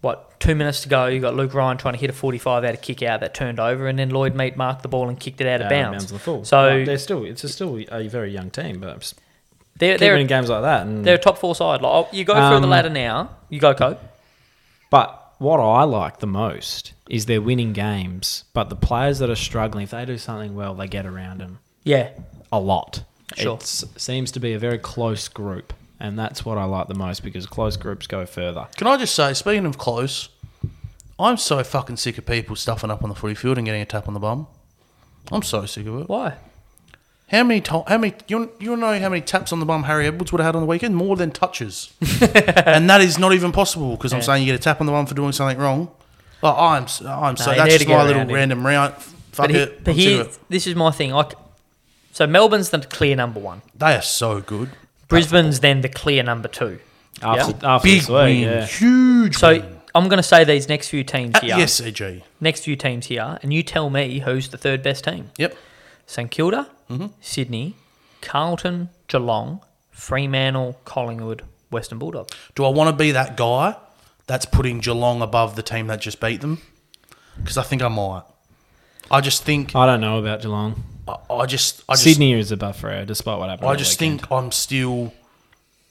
E: what, two minutes to go. You got Luke Ryan trying to hit a 45 out of kick out that turned over. And then Lloyd Meat marked the ball and kicked it out of bounds.
F: on Uh, the full.
E: So
F: But they're still it's still a very young team, but it's-
E: they're,
F: keep
E: they're,
F: winning games like that. And,
E: they're a top four side. Like, oh, you go through the
F: Um,
E: ladder now. You go, go.
F: but what I like the most is they're winning games, but the players that are struggling, if they do something well, they get around them
E: Yeah.
F: a lot.
E: Sure.
F: It seems to be a very close group, and that's what I like the most because close groups go further.
D: Can I just say, speaking of close, I'm so fucking sick of people stuffing up on the footy field and getting a tap on the bum. I'm so sick of it.
E: Why?
D: How many, to- how many, you, you know how many taps on the bum Harry Edwards would have had on the weekend? More than touches. and that is not even possible because I'm saying you get a tap on the bum for doing something wrong. Like, I'm, s- I'm so,
E: you
D: that's
E: need to
D: just
E: get
D: my little
E: around him.
D: random round. Fuck
E: But, he,
D: it.
E: but
D: I'm sick
E: here,
D: of it.
E: this is my thing. I c so Melbourne's the clear number one.
D: They are so good.
E: Brisbane's then the clear number two.
F: After, after
D: Big
F: this week,
D: win.
F: yeah.
D: Huge Uh,
E: So
D: win.
E: I'm going to say these next few teams
D: At
E: here.
D: the SCG.
E: Next few teams here. And you tell me who's the third best team.
D: Yep.
E: St Kilda, Sydney, Carlton, Geelong, Fremantle, Collingwood, Western Bulldogs.
D: Do I want to be that guy that's putting Geelong above the team that just beat them? Because I think I might. I just think
F: I don't know about Geelong.
D: I, I just I just
F: Sydney is above Freo, despite what happened.
D: I
F: at the
D: just
F: weekend.
D: think I'm still.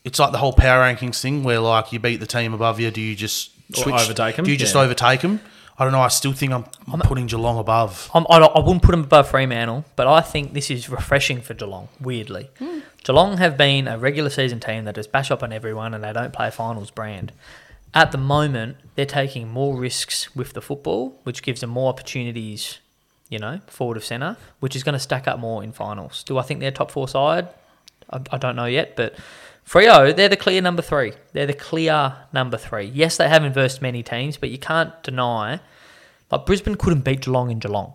D: It's like the whole power rankings thing, where like you beat the team above you, do you just
F: Or
D: switch?
F: overtake 'em?
D: Do you just
F: Yeah.
D: overtake them? I don't know. I still think I'm, I'm putting Geelong above.
E: I'm, I, don't- I wouldn't put them above Fremantle, but I think this is refreshing for Geelong, weirdly. Geelong have been a regular season team that just bash up on everyone and they don't play finals brand. At the moment, they're taking more risks with the football, which gives them more opportunities, you know, forward of centre, which is going to stack up more in finals. Do I think they're top four side? I, I don't know yet, but Frio, they're the clear number three. They're the clear number three. Yes, they haven't versed many teams, but you can't deny like Brisbane couldn't beat Geelong in Geelong,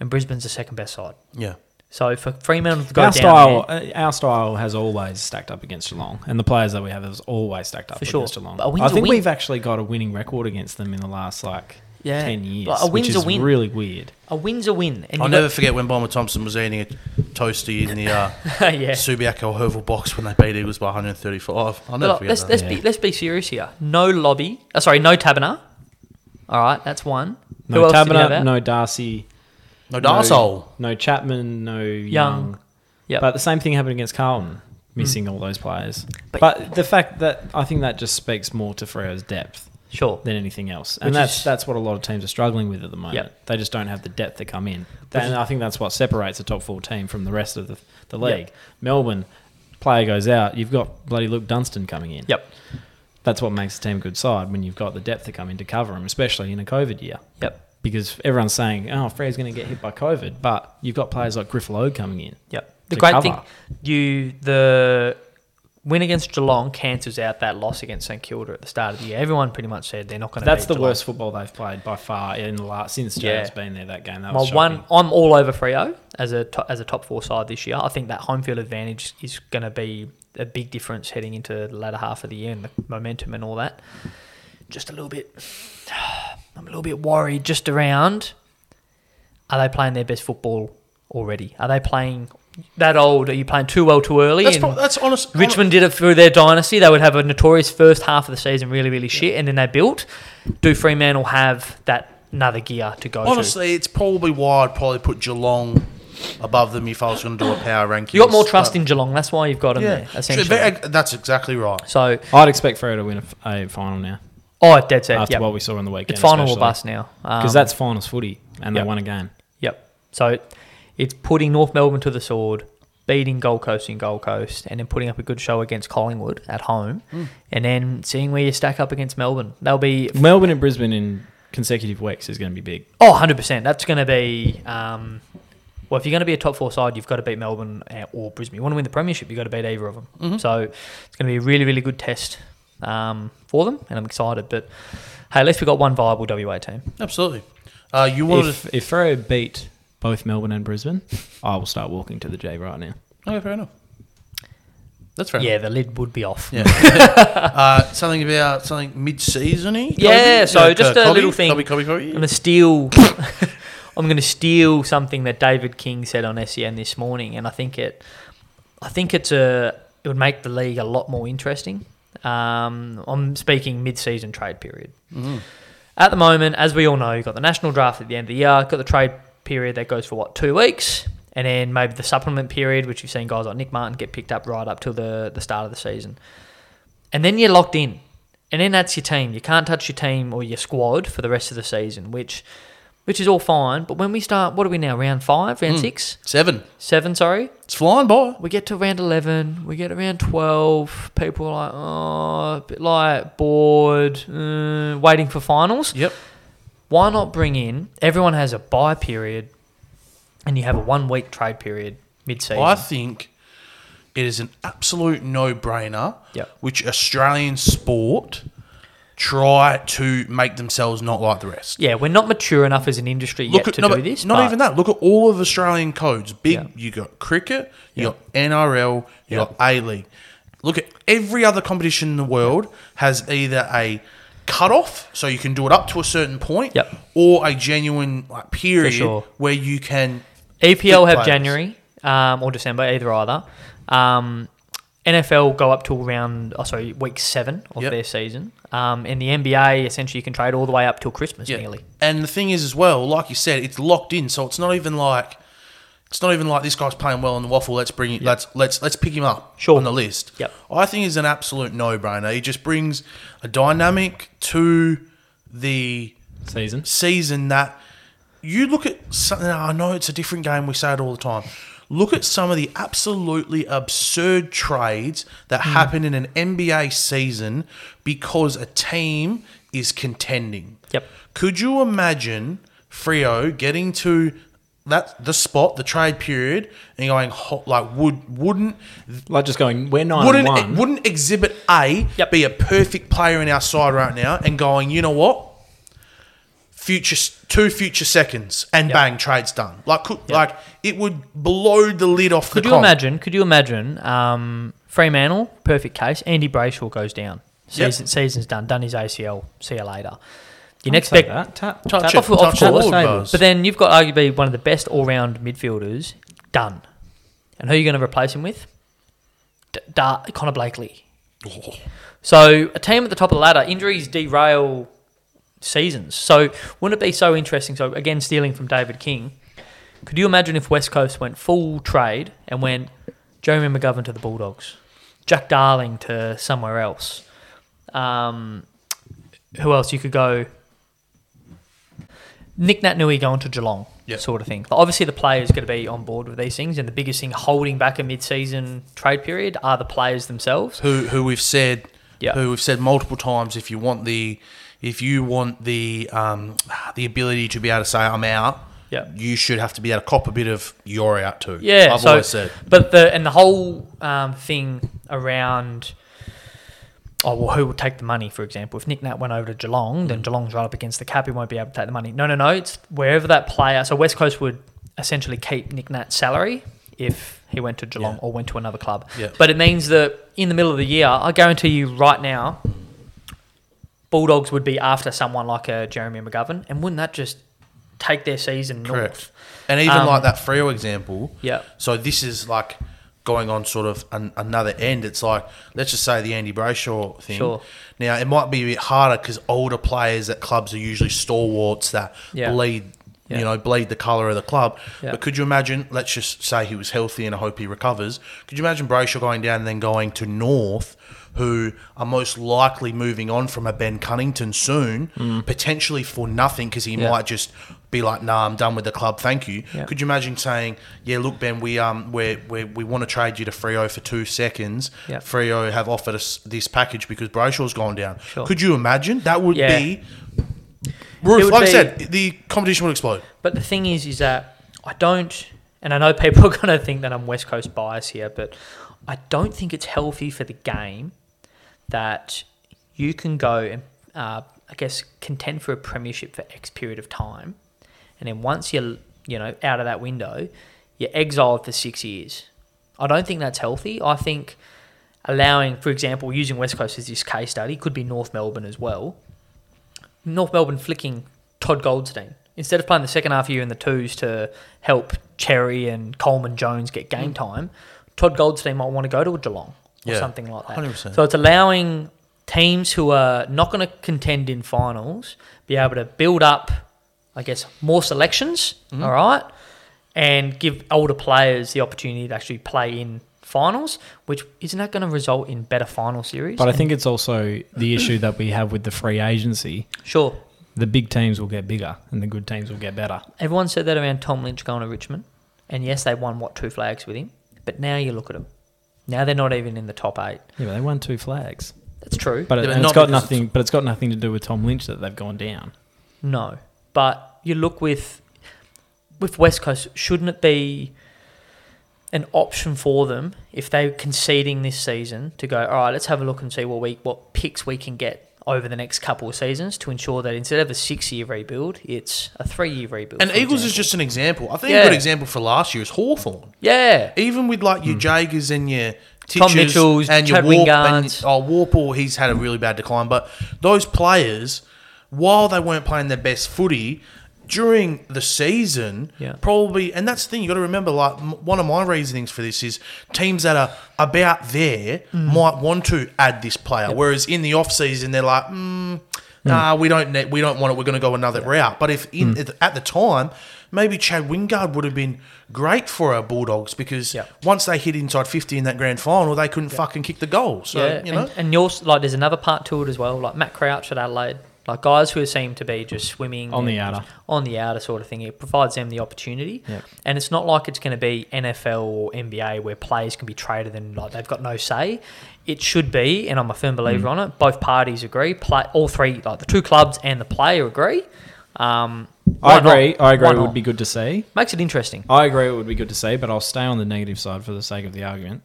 E: and Brisbane's the second best side.
D: Yeah.
E: So for Fremantle to go
F: Our
E: down
F: style,
E: there,
F: uh, our style has always stacked up against Geelong, and the players that we have has always stacked up
E: For sure.
F: against Geelong.
E: But a win's
F: I
E: a
F: think
E: win.
F: we've actually got a winning record against them in the last like
E: Yeah.
F: ten years,
E: Like, a win's
F: which
E: a
F: is
E: win.
F: really weird.
E: a win's a win. And
D: I'll
E: you
D: never forget when Bomber Thompson was eating a toasty in the uh,
E: got- yeah.
D: Subiaco Oval box when they beat Eagles by 135. I'll never
E: But, like,
D: forget
E: let's
D: that.
E: let's be let's be serious here. No lobby. Uh, sorry, no Taberner. All right, that's one.
F: No
E: Who else did you have
F: Taberner,
E: out?
F: no Darcy,
D: no,
F: no,
D: Darsole.
F: no Chapman, no Young.
E: Young. Yep. Hmm.
F: But the same thing happened against Carlton, missing all those players. But,
E: But-
F: the fact that I think that just speaks more to Freo's depth
E: sure.
F: than anything else, and
E: Which
F: that's
E: is-
F: that's what a lot of teams are struggling with at the moment.
E: Yep.
F: They just don't have the depth to come in, and I think that's what separates a top four team from the rest of the, the league. Melbourne player goes out, you've got bloody Luke Dunstan coming in.
E: Yep.
F: That's what makes the team a good side when you've got the depth to come in to cover them, especially in a COVID year
E: Yep.
F: because everyone's saying, "Oh, Freya's going to get hit by COVID," but you've got players like Griff Lowe coming in.
E: Yep. The
F: to
E: great
F: cover.
E: thing you the win against Geelong cancels out that loss against St Kilda at the start of the year. Everyone pretty much said they're not going to.
F: That's the worst football they've played by far in the last since
E: Yeah.
F: Joe's been there. That game, that
E: My
F: was
E: one,
F: shocking.
E: I'm all over Frio as a to, as a top four side this year. I think that home field advantage is going to be a big difference heading into the latter half of the year and the momentum and all that. Just a little bit, I'm a little bit worried just around. Are they playing their best football already? Are they playing that old? Are you playing too well too early?
D: That's,
E: And
D: pro- that's honest.
E: Richmond did it through their dynasty. They would have a notorious first half of the season, really, really shit, and then they built. Do Fremantle have that another gear to go? to?
D: Honestly, it's probably why I'd probably put Geelong above them if I was going to do a power ranking.
E: You got more trust in Geelong. That's why you've got them there, essentially.
F: uh,
D: uh, That's exactly right.
E: so,
F: I'd expect Freya to win a, f- a final now
E: oh, dead set.
F: after
E: yep.
F: what we saw on the weekend.
E: it's final or bust now.
F: because
E: Um,
F: that's finals footy, and
E: Yep.
F: they won a game.
E: yep. So, it's putting North Melbourne to the sword, beating Gold Coast in Gold Coast, and then putting up a good show against Collingwood at home,
F: Hmm.
E: and then seeing where you stack up against Melbourne. They'll be
F: Melbourne and Brisbane in consecutive weeks is going to be big.
E: oh, 100 percent. That's going to be. Um, well, if you're going to be a top four side, you've got to beat Melbourne uh, or Brisbane. You want to win the premiership, you've got to beat either of them. So it's going to be a really, really good test um, for them, and I'm excited. But hey, at least we've got one viable WA team.
D: Absolutely. Uh, you wanted
F: if if Freo beat both Melbourne and Brisbane, I will start walking to the J right now.
D: to. Okay, fair enough. That's fair.
E: Yeah, the lid would be off.
D: Yeah. uh, something about something mid-seasony.
E: Yeah, so just a
D: Kirby,
E: little thing.
D: Kirby, Kirby,
E: I'm
D: Kirby.
E: gonna steal. I'm gonna steal something that David King said on SEN this morning, and I think it, I think it's a, it would make the league a lot more interesting. Um, I'm speaking mid-season trade period. At the moment, as we all know, you've got the national draft at the end of the year, got the trade period that goes for what, two weeks? And then maybe the supplement period, which you've seen guys like Nick Martin get picked up right up till the, the start of the season. And then you're locked in. And then that's your team. You can't touch your team or your squad for the rest of the season, which which is all fine. But when we start, what are we now? Round five,
D: Hmm.
E: round six,
D: Seven.
E: seven, sorry?
D: It's flying by.
E: we get to round 11, we get to round 12, people are like, oh, a bit like bored, uh, waiting for finals.
D: Yep.
E: Why not bring in, everyone has a buy period, and you have a one week trade period mid season?
D: I think it is an absolute no-brainer.
E: Yep.
D: Which Australian sport try to make themselves not like the rest.
E: yeah, we're not mature enough as an industry
D: Look
E: yet
D: at
E: to
D: not, e-
E: do this.
D: Not
E: but
D: even that. Look at all of Australian codes. Big.
E: Yeah.
D: You got cricket. You
E: Yeah.
D: got NRL. You
E: Yeah.
D: got A League. Look at every other competition in the world has either a cutoff, so you can do it up to a certain point,
E: Yep.
D: or a genuine like period
E: sure.
D: where you can.
E: EPL
D: Big
E: have
D: players.
E: January um, or December, either either. Um, NFL go up till round, oh, sorry, week seven of
D: Yep.
E: their season. Um, and the NBA, essentially, you can trade all the way up till Christmas
D: Yeah.
E: nearly.
D: And the thing is, as well, like you said, it's locked in, so it's not even like. It's not even like this guy's playing well in the waffle. Let's bring it. Let's let's let's pick him up
E: Sure.
D: on the list.
E: Yep.
D: I think is an absolute no brainer. He just brings a dynamic to the
F: Season.
D: season that you look at some, now, I know it's a different game we say it all the time look at some of the absolutely absurd trades that happen in an NBA season because a team is contending
E: Yep.
D: could you imagine Frio getting to that the spot the trade period and going ho like would wouldn't
F: Like just going, we're 9
D: wouldn't
F: and 1.
D: wouldn't exhibit A
E: Yep.
D: be a perfect player in our side right now and going, you know what? Future s- two future seconds and bang trades done. Like could, like it would blow the lid off
E: Could
D: the
E: you
D: comp.
E: imagine? Could you imagine? Um, Fremantle, perfect case. Andy Brayshaw goes down.
D: Yep.
E: Season, Season's done. Done his ACL. See you later. You next
F: Say
E: pick.
F: that. Tap.
D: Touch
E: Off-
D: it,
E: off
D: touch it,
E: forward,
D: Lord
F: Faber.
D: knows.
E: But then you've got arguably one of the best all-round midfielders. Done. And who are you going to replace him with? D- Dar- Connor Blakely. So a team at the top of the ladder, injuries derail seasons. So wouldn't it be so interesting? So again, stealing from David King, could you imagine if West Coast went full trade and went Jeremy McGovern to the Bulldogs, Jack Darling to somewhere else? Um, who else? You could go Nick Natnui going to Geelong,
D: Yep.
E: sort of thing. But obviously, the players going to be on board with these things, and the biggest thing holding back a mid-season trade period are the players themselves.
D: who who we've said
E: Yeah.
D: who we've said multiple times if you want the if you want the um, the ability to be able to say I'm out,
E: Yeah.
D: you should have to be able to cop a bit of you're out too.
E: Yeah,
D: I've
E: so,
D: always said.
E: But the and the whole um, thing around oh well, who will take the money? For example, if Nick Nat went over to Geelong,
D: Mm.
E: then Geelong's right up against the cap. He won't be able to take the money. No, no, no. It's wherever that player. So West Coast would essentially keep Nick Nat's salary if he went to Geelong or went to another club.
D: Yeah.
E: But it means that in the middle of the year, I guarantee you right now, Bulldogs would be after someone like a Jeremy McGovern, and wouldn't that just take their season north?
D: Correct. And even
E: Um,
D: like that Freo example.
E: Yeah.
D: So this is like going on sort of an, another end. It's like let's just say the Andy Brayshaw thing.
E: Sure.
D: Now it might be a bit harder because older players at clubs are usually stalwarts that
E: Yeah.
D: bleed.
E: Yeah.
D: You know, bleed the colour of the club.
E: Yeah.
D: But could you imagine? Let's just say he was healthy, and I hope he recovers. Could you imagine Brayshaw going down and then going to North, who are most likely moving on from a Ben Cunnington soon,
E: Mm.
D: potentially for nothing because he
E: Yeah.
D: might just be like, "Nah, I'm done with the club. Thank you."
E: Yeah.
D: Could you imagine saying, "Yeah, look, Ben, we um, we we we want to trade you to Frio for two seconds.
E: Yeah.
D: Frio have offered us this package because Brayshaw's gone down."
E: Sure.
D: Could you imagine? That would
E: Yeah.
D: be roof.
E: would
D: like
E: be-
D: I said, the competition would explode.
E: But the thing is, is that I don't, and I know people are going to think that I'm West Coast bias here, but I don't think it's healthy for the game that you can go and, uh, I guess, contend for a premiership for X period of time, and then once you're, you know, out of that window, you're exiled for six years. I don't think that's healthy. I think allowing, for example, using West Coast as this case study could be North Melbourne as well. North Melbourne flicking Todd Goldstein instead of playing the second half of the year in the twos to help Cherry and Coleman Jones get game time. Todd Goldstein might want to go to a Geelong or
D: Yeah,
E: something like that.
D: 100%.
E: So it's allowing teams who are not going to contend in finals be able to build up, I guess, more selections.
F: Mm-hmm.
E: all right, and give older players the opportunity to actually play in finals, which isn't that going to result in better final series?
F: But I
E: And-
F: think it's also the issue that we have with the free agency.
E: sure.
F: The big teams will get bigger and the good teams will get better.
E: Everyone said that around Tom Lynch going to Richmond. And yes, they won, what, two flags with him? But now you look at them. Now they're not even in the top eight.
F: Yeah, but they won two flags.
E: That's true.
F: But, it,
D: but
F: and
D: not
F: it's got
D: because it's-
F: nothing. but it's got nothing to do with Tom Lynch that they've gone down.
E: No, but you look with with West Coast. Shouldn't it be an option for them if they're conceding this season to go? All right, let's have a look and see what we what picks we can get over the next couple of seasons to ensure that instead of a six year rebuild, it's a three year rebuild.
D: And
E: for
D: Eagles is
E: example.
D: just an example. I think
E: Yeah.
D: a good example for last year is Hawthorn.
E: yeah.
D: Even with like your Jagers and your
E: Hmm. Tom
D: Titchers
E: Mitchells,
D: and your
E: Chad
D: Warp and
E: Wingards.
D: oh Warple, he's had a really bad decline. But those players, while they weren't playing their best footy during the season,
E: Yeah.
D: probably, and that's the thing you got to remember. Like m- one of my reasonings for this is teams that are about there
E: Hmm.
D: might want to add this player, whereas in the off season they're like. Mm, Nah, we don't. Ne- we don't want it. We're going to go another route. But if in
E: Mm.
D: at the time, maybe Chad Wingard would have been great for our Bulldogs because
E: Yeah.
D: once they hit inside fifty in that grand final, they couldn't fucking kick the goal. So
E: yeah,
D: you know,
E: and, and you're s- like, there's another part to it as well. Like Matt Crouch at Adelaide Like guys who seem to be just swimming
F: On the
E: and-
F: outer.
E: on the outer sort of thing. It provides them the opportunity,
F: Yep.
E: and it's not like it's going to be NFL or NBA where players can be traded and like they've got no say. It should be, and I'm a firm believer
F: Mm.
E: on it. Both parties agree. Play all three, like the two clubs and the player agree. Um,
F: I
E: why not?
F: agree. I agree.
E: Why
F: It
E: not?
F: would be good to see.
E: makes it interesting.
F: I agree. It would be good to see, but I'll stay on the negative side for the sake of the argument.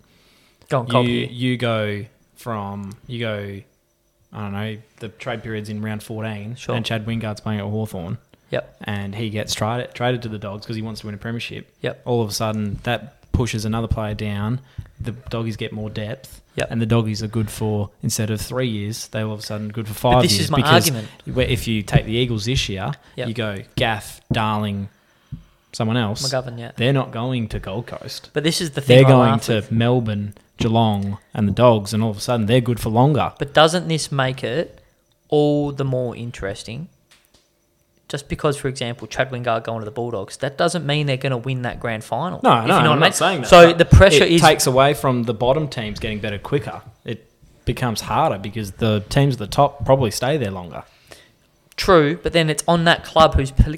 E: Go on,
F: You
E: copy.
F: you go from you go, I don't know. The trade period's in round fourteen,
E: Sure.
F: and Chad Wingard's playing at Hawthorn,
E: Yep.
F: and he gets traded traded to the Dogs because he wants to win a premiership.
E: Yep.
F: All of a sudden, that pushes another player down. The Doggies get more depth.
E: Yep.
F: And the doggies are good for instead of three years, they all of a sudden good for five
E: this
F: years.
E: is my
F: because
E: argument.
F: where- If you take the Eagles this year,
E: Yep.
F: you go Gaff, Darling, someone else.
E: McGovern, yeah.
F: They're not going to Gold Coast.
E: But this is the thing.
F: They're
E: I
F: going
E: laugh
F: to Melbourne, Geelong, and the Dogs, and all of a sudden they're good for longer.
E: But doesn't this make it all the more interesting? Just because, for example, Chad Wingard going to the Bulldogs, that doesn't mean they're going to win that grand final.
F: No,
E: If
F: no, I'm
E: what I mean.
F: not saying that.
E: So
F: but
E: the pressure
F: it
E: is
F: takes away from the bottom teams getting better quicker. It becomes harder because the teams at the top probably stay there longer.
E: true, but then it's on that club who's pl-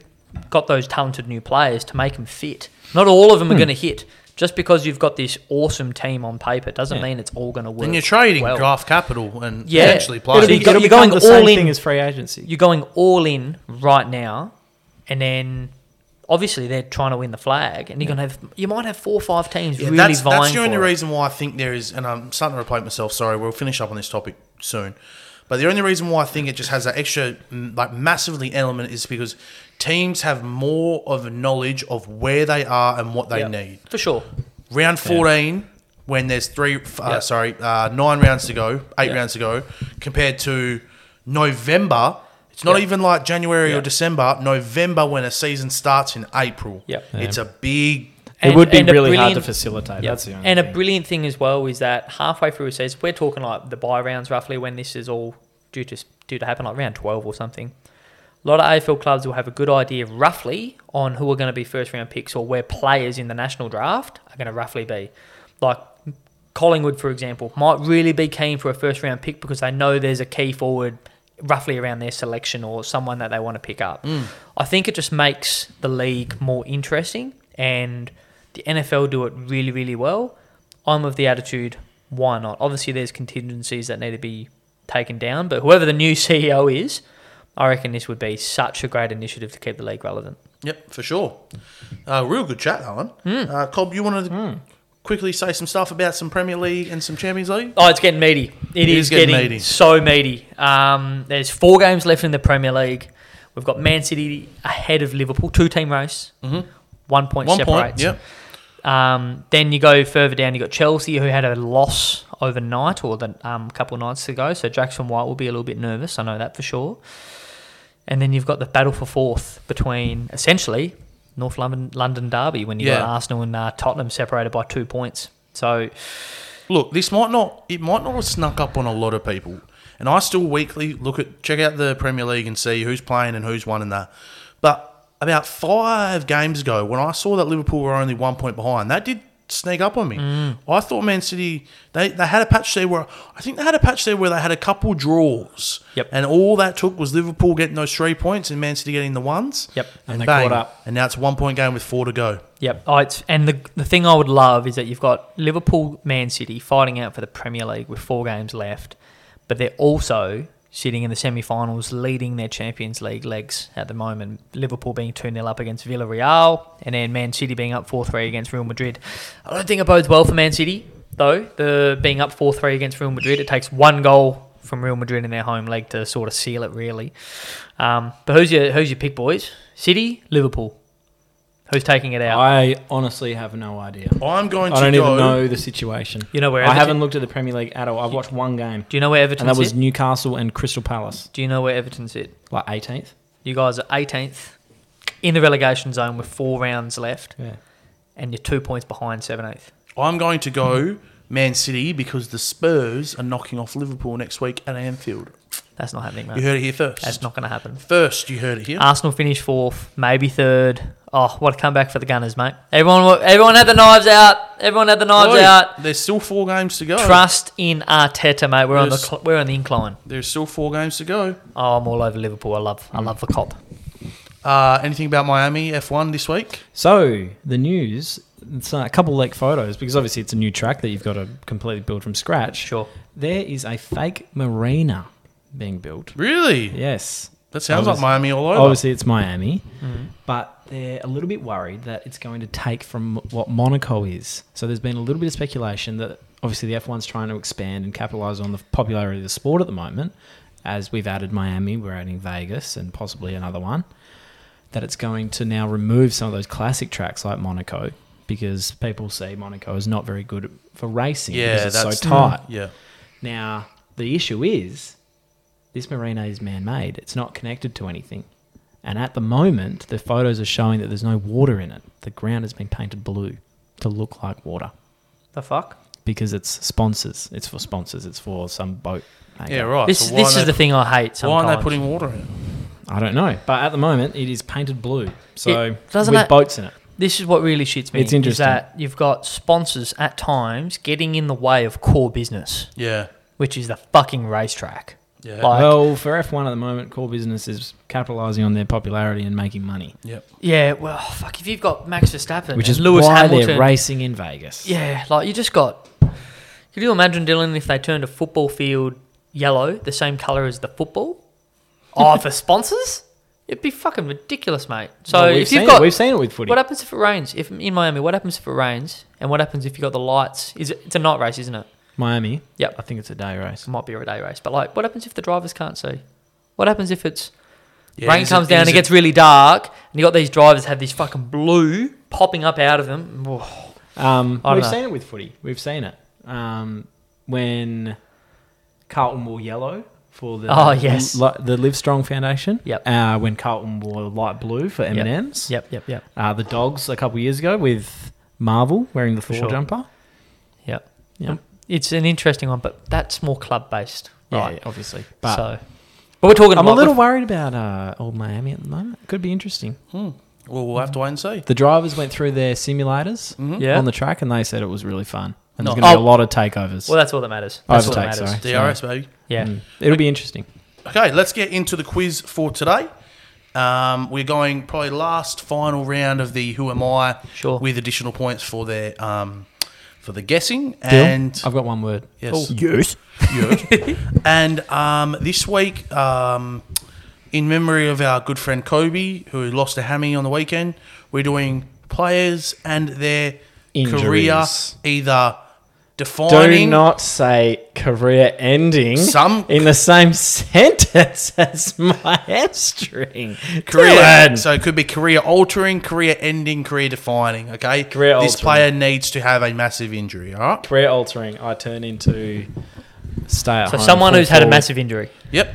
E: got those talented new players to make them fit. Not all of them
F: Hmm.
E: are going to hit. Just because you've got this awesome team on paper doesn't
F: Yeah.
E: mean it's all going to work.
D: And you're trading
E: well.
D: draft capital and
E: Yeah.
D: potentially
E: It'll
D: players.
E: be-
D: You've got-
E: it'll be-
D: you've
E: going
F: the
E: all
F: same
E: in.
F: thing as free agency.
E: you're going all in right now, and then obviously they're trying to win the flag, and you're going to have you might have four or five teams really
D: that's,
E: vying
D: that's the only
E: for it.
D: reason why I think there is, and I'm starting to repeat myself. Sorry, we'll finish up on this topic soon. But the only reason why I think it just has that extra, mm, like, massively element is because teams have more of a knowledge of where they are and what they
E: Yeah,
D: need.
E: for sure.
D: Round 14, when there's three, f- uh,
E: Yeah.
D: sorry, uh, nine rounds to go, eight
E: Yeah.
D: rounds to go, compared to November. It's not even like January or
E: Yeah.
D: December. November when a season starts in April.
E: Yep.
D: It's a big.
F: it would be
E: a
F: really hard to
E: brilliant-
F: facilitate.
E: Yeah.
F: That's the only
E: and
F: thing.
E: a brilliant thing as well is that halfway through a season, we're talking like the buy rounds roughly when this is all due to due to happen, like round twelve or something. A lot of AFL clubs will have a good idea roughly on who are going to be first round picks or where players in the national draft are going to roughly be. Like Collingwood, for example, might really be keen for a first round pick because they know there's a key forward roughly around their selection or someone that they want to pick up. I think it just makes the league more interesting and the NFL do it really, really well. I'm of the attitude, why not? Obviously, there's contingencies that need to be taken down, but whoever the new CEO is, I reckon this would be such a great initiative to keep the league relevant.
D: Yep, for sure. Uh, real good chat, Alan. Uh, Cobb, you wanted to quickly say some stuff about some Premier League and some Champions League?
E: Oh, it's getting meaty. it is, getting,
D: meaty.
E: so meaty. Um, there's four games left in the Premier League. We've got Man City ahead of Liverpool, two team race, mm-hmm. one point
D: One point.
E: separates.
D: Yep.
E: Um, then you go further down, you got Chelsea, who had a loss overnight or the um, couple nights ago. So Jackson White will be a little bit nervous. I know that for sure. And then you've got the battle for fourth between essentially North London, London Derby when you
D: Yeah.
E: got Arsenal and uh, Tottenham separated by two points. So
D: Look, this might not. It might not have snuck up on a lot of people, and I still weekly look at check out the Premier League and see who's playing and who's won and that. But about five games ago, when I saw that Liverpool were only one point behind, that did sneak up on me.
F: Mm.
D: I thought Man City they, they had a patch there where I think they had a patch there where they had a couple draws.
E: Yep.
D: And all that took was Liverpool getting those three points and Man City getting the ones.
E: Yep.
D: And,
F: And they
D: bang,
F: caught up.
D: And now it's a one point game with four to go.
E: Yep. Oh, it's, and the, the thing I would love is that you've got Liverpool, Man City fighting out for the Premier League with four games left, but they're also sitting in the semi finals leading their Champions League legs at the moment. Liverpool being 2 0 up against Villarreal, and then Man City being up 4 3 against Real Madrid. I don't think it bodes well for Man City, though, the being up 4 3 against Real Madrid. It takes one goal from Real Madrid in their home leg to sort of seal it, really. Um, but who's your, who's your pick, boys? City, Liverpool. Who's taking it out?
F: I honestly have no idea.
D: I'm going to
F: I don't
D: go.
F: even know the situation.
E: You know where
F: I
E: Everton-
F: haven't looked at the Premier League at all. I've watched one game,
E: Do you know where Everton
F: and that was
E: sit?
F: Newcastle and Crystal Palace,
E: Do you know where Everton sit?
F: like 18th.
E: You guys are 18th in the relegation zone with four rounds left,
F: Yeah.
E: and you're two points behind 7th.
D: I'm going to go Man City because the Spurs are knocking off Liverpool next week at Anfield.
E: That's not happening,
D: You
E: mate.
D: heard it here first.
E: That's not going to happen.
D: First, you heard it here.
E: Arsenal finish fourth, maybe third. Oh, what a comeback for the Gunners, mate! Everyone, wa- everyone had the knives out. Everyone had the knives
D: Oi,
E: out.
D: Oh, There's still four games to go.
E: Trust in Arteta, mate. We're on the
D: Yes.
E: cl- we're on the incline.
D: There's still four games to go.
E: Oh, I'm all over Liverpool. I love I love the cop.
D: Uh, anything about Miami F1 this week?
F: So the news, it's uh, a couple leaked photos because obviously it's a new track that you've got to completely build from scratch.
E: Sure.
F: There is a fake marina being built.
D: Really?
F: Yes.
D: That sounds like
F: Obviously-
D: Miami all over. Mm.
F: Obviously it's Miami, but they're a little bit worried that it's going to take from what Monaco is. So there's been a little bit of speculation that obviously the F1's trying to expand and capitalize on the popularity of the sport at the moment. As we've added Miami, we're adding Vegas and possibly another one. that it's going to now remove some of those classic tracks like Monaco because people see Monaco is not very good for racing
D: Yeah,
F: because it's
D: that's mm,
F: so tight.
D: Yeah.
F: Now, the issue is this marina is man made, it's not connected to anything. And at the moment, the photos are showing that there's no water in it. The ground has been painted blue to look like water
E: The fuck?
F: because it's sponsors. It's for sponsors, it's for some boat. maker.
D: Yeah, right.
E: This
D: So why
E: this
D: aren't
E: is the
D: they-
E: thing I hate.
D: Why
E: Sometimes.
D: aren't they putting water in it?
F: I don't know. But at the moment, it is painted blue. So,
E: It- doesn't
F: with
E: it-
F: boats in it.
E: This is what really shits me.
F: It's interesting.
E: Is that you've got sponsors at times getting in the way of core business,
D: Yeah.
E: which is the fucking racetrack.
D: Yeah.
E: Like,
F: Well, for F1 at the moment, core business is capitalising on their popularity and making money,
D: Yep.
E: yeah, well, fuck. If you've got Max Verstappen,
F: which
E: and
F: is
E: Lewis
F: why
E: Hamilton,
F: they're racing in Vegas.
E: yeah, like you just got. Could you imagine, Dylan, if they turned a football field yellow, the same color as the football? Oh, for sponsors, it'd be fucking ridiculous, mate. So
F: Well, we've
E: if you've
F: seen
E: got,
F: it, we've seen it with footy.
E: what happens if it rains? If in Miami, what happens if it rains? And what happens if you got the lights? Is it, it's a night race, isn't it?
F: Miami.
E: Yep.
F: I think it's a day race.
E: It might be a day race, but like, what happens if the drivers can't see? What happens if it's
D: Yeah,
E: rain
D: is
E: comes
D: it-
E: down
D: is
E: and gets really dark, and you got these drivers have this fucking blue popping up out of them? Oof.
F: Um,
E: I don't
F: we've
E: know.
F: seen it with footy. We've seen it um, when Carlton wore yellow for the
E: Oh, yes.
F: li- the Live Strong Foundation.
E: Yep.
F: Uh, when Carlton wore light blue for M and M's.
E: Yep, yep, yep,
F: Uh, the Dogs a couple of years ago with Marvel wearing the Thor
E: sure.
F: jumper.
E: yep. Um,
F: Yeah.
E: It's an interesting one, but that's more club based,
F: Yeah,
E: right?
F: yeah, obviously. But
E: so, but we're talking.
F: I'm a
E: about
F: little worried about uh, old Miami at the moment. Could be interesting.
E: Hmm.
D: Well, we'll have to wait and see.
F: The drivers went through their simulators
E: Mm-hmm. Yeah.
F: on the track, and they said it was really fun. And
D: No.
F: there's going to
E: Oh.
F: be a lot of takeovers.
E: Well, that's all that matters. That's all that
F: Overtake,
E: matters.
F: sorry.
D: DRS, baby.
E: Yeah.
F: Mm. It'll be interesting.
D: Okay, let's get into the quiz for today. Um, we're going probably last final round of the Who Am I
E: Sure.
D: with additional points for their um, for the guessing and
F: I've got one word.
E: Oh,
D: yes,
F: Yes.
D: and um, this week um, in memory of our good friend Kobe who lost a hammy on the weekend, we're doing players and their career
F: Injuries.
D: either
F: Do
D: defining
F: not say career ending
D: Some-
F: in the same sentence as my hamstring.
D: Career,
F: Dylan.
D: so it could be career altering, career ending, career defining. Okay,
F: Career
D: This
F: altering.
D: player needs to have a massive injury. All right.
F: career altering. I turn into stay at
E: So
F: home
E: someone who's had a
F: football.
E: massive injury.
D: Yep.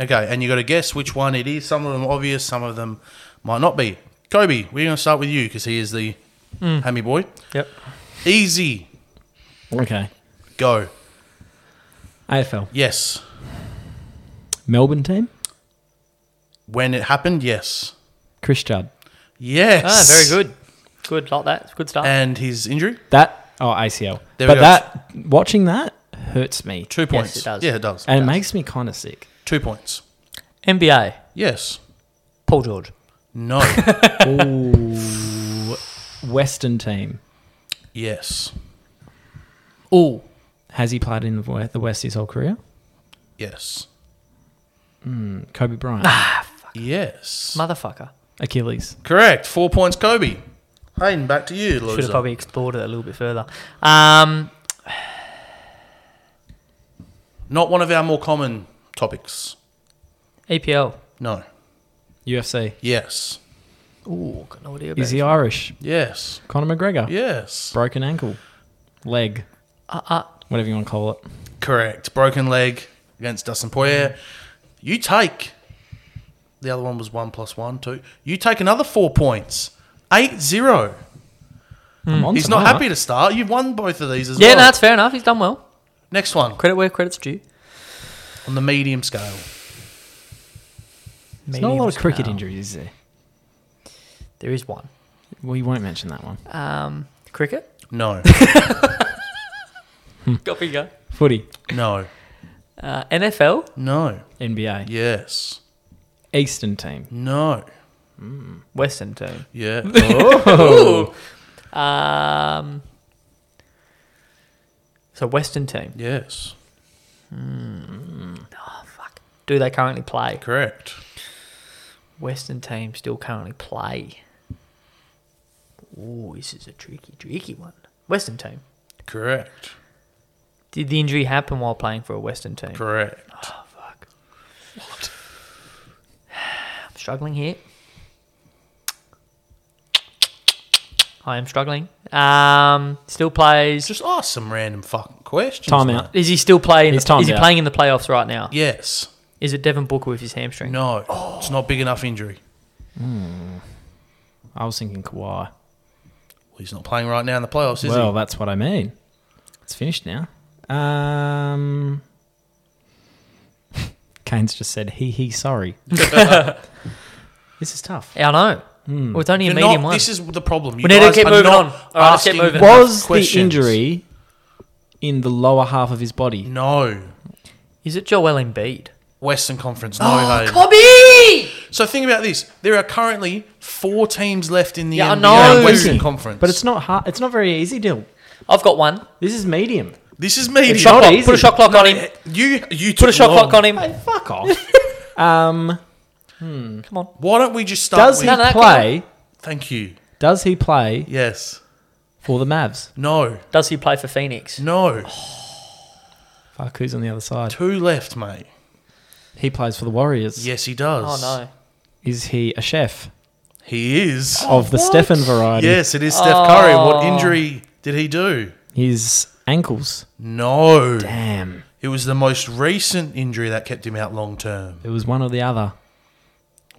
D: Okay, and you got to guess which one it is. Some of them obvious, some of them might not be. Kobe, we're going to start with you because he is the
F: Hmm.
D: hammy boy.
E: Yep.
D: Easy,
F: Okay.
D: go.
F: AFL.
D: Yes.
F: Melbourne team.
D: When it happened, yes.
F: Chris Judd.
D: Yes.
E: Ah, very good. Good, like that. Good
F: Ah.
E: stuff.
D: And his injury,
F: That oh ACL.
D: There we
F: but
D: go.
F: that watching that hurts me,
D: two points.
E: it does.
D: Yeah, it does.
F: and it makes me kind of sick.
D: two points.
E: NBA.
D: Yes.
E: Paul George.
D: No.
F: Ooh, Western team.
D: yes.
E: Ooh.
F: Has he played in the we- the West his whole career?
D: Yes.
F: Kobe Bryant.
D: Ah. Yes.
E: Motherfucker.
F: Achilles.
D: Correct. Four points, Kobe. Hayden, back to you,
E: Should have
D: loser.
E: probably explored it a little bit further. Um,
D: Not one of our more common topics.
E: EPL.
D: No.
F: UFC.
D: Yes.
E: Ooh, got no idea about
F: Is
E: it.
F: he Irish?
D: Yes.
F: Conor McGregor.
D: Yes.
F: Broken ankle. Leg. Uh uh. Whatever you want to call it.
D: Hmm. Correct. Broken leg against Dustin Poirier. You take. The other one was one plus one, two. You take another four points. Eight zero.
F: I'm on
D: He's
F: tonight.
D: not happy to start. You've won both of these as
E: Yeah,
D: well.
E: no, that's fair enough. He's done well.
D: Next one.
E: Credit where credit's due.
D: on the medium scale.
F: There's not a lot of cricket injuries, is there?
E: There is one.
F: We won't mention that one.
E: Cricket?
D: No,
E: Got go.
F: Footy,
D: no,
E: Uh, NFL?
D: no.
F: NBA,
D: Yes,
F: Eastern team.
D: no,
E: Western team.
D: yeah.
E: Oh. Um, so Western team.
D: yes,
E: Do they currently play?
D: correct.
E: Western team still currently play. Ooh, this is a tricky, tricky one. Western team.
D: Correct.
E: Did the injury happen while playing for a Western team?
D: Correct.
E: Oh, fuck. I'm struggling here. I am struggling. Um, still plays.
D: Just ask some random fucking questions.
F: Time
D: mate.
F: out.
E: Is he still playing?
F: He's timed
E: Is he
F: out.
E: playing in the playoffs right now?
D: Yes.
E: Is it Devin Booker with his hamstring?
D: No. It's not big enough injury.
F: I was thinking Kawhi.
D: Well, he's not playing right now in the playoffs, is
F: well, that's what I mean. It's finished now. Um, Kane's just said he he sorry. this is tough.
E: I know. Well, it's only
D: he?
E: a
D: You're
E: medium
D: not-
E: one.
D: This is the problem. You
E: need to
D: guys
E: keep
D: are
E: moving
D: not
E: on. All right, let's keep
D: asking
E: moving.
D: enough
F: Was the
D: questions.
F: injury in the lower half of his
D: Mm.
F: body?
D: No.
E: Is it Joel Embiid?
D: Western Conference. No, Hayden.
E: Oh, Cobby!
D: So think about this. There are currently four teams left in the
E: Yeah, I
D: NBA
E: know.
D: Western
E: Listen,
D: Conference.
F: But it's not hard. It's not very easy, Dill.
E: I've got one.
F: This is medium.
D: This is medium.
F: It's not
E: Clock,
F: easy.
E: Put a shot clock on him.
D: You you
E: Put a shot clock on him.
F: Hey, fuck off. um,
E: Come on.
D: Why don't we just start?
F: does
D: With,
F: he
E: Oh, No, no, come
F: play?
D: Thank you.
F: Does he play
D: Yes.
F: for the Mavs?
D: No.
E: Does he play for Phoenix?
D: No.
F: Fuck, who's on the other side?
D: Two left, mate.
F: He plays for the Warriors.
D: Yes, he does.
E: Oh,
F: Is he a chef
D: He is.
E: Oh.
F: of the Stefan variety?
D: Yes, it is Steph Curry. What
E: Oh.
D: injury did he do?
F: His ankles.
D: No.
F: Damn.
D: It was the most recent injury that kept him out long term.
F: It was one or the other.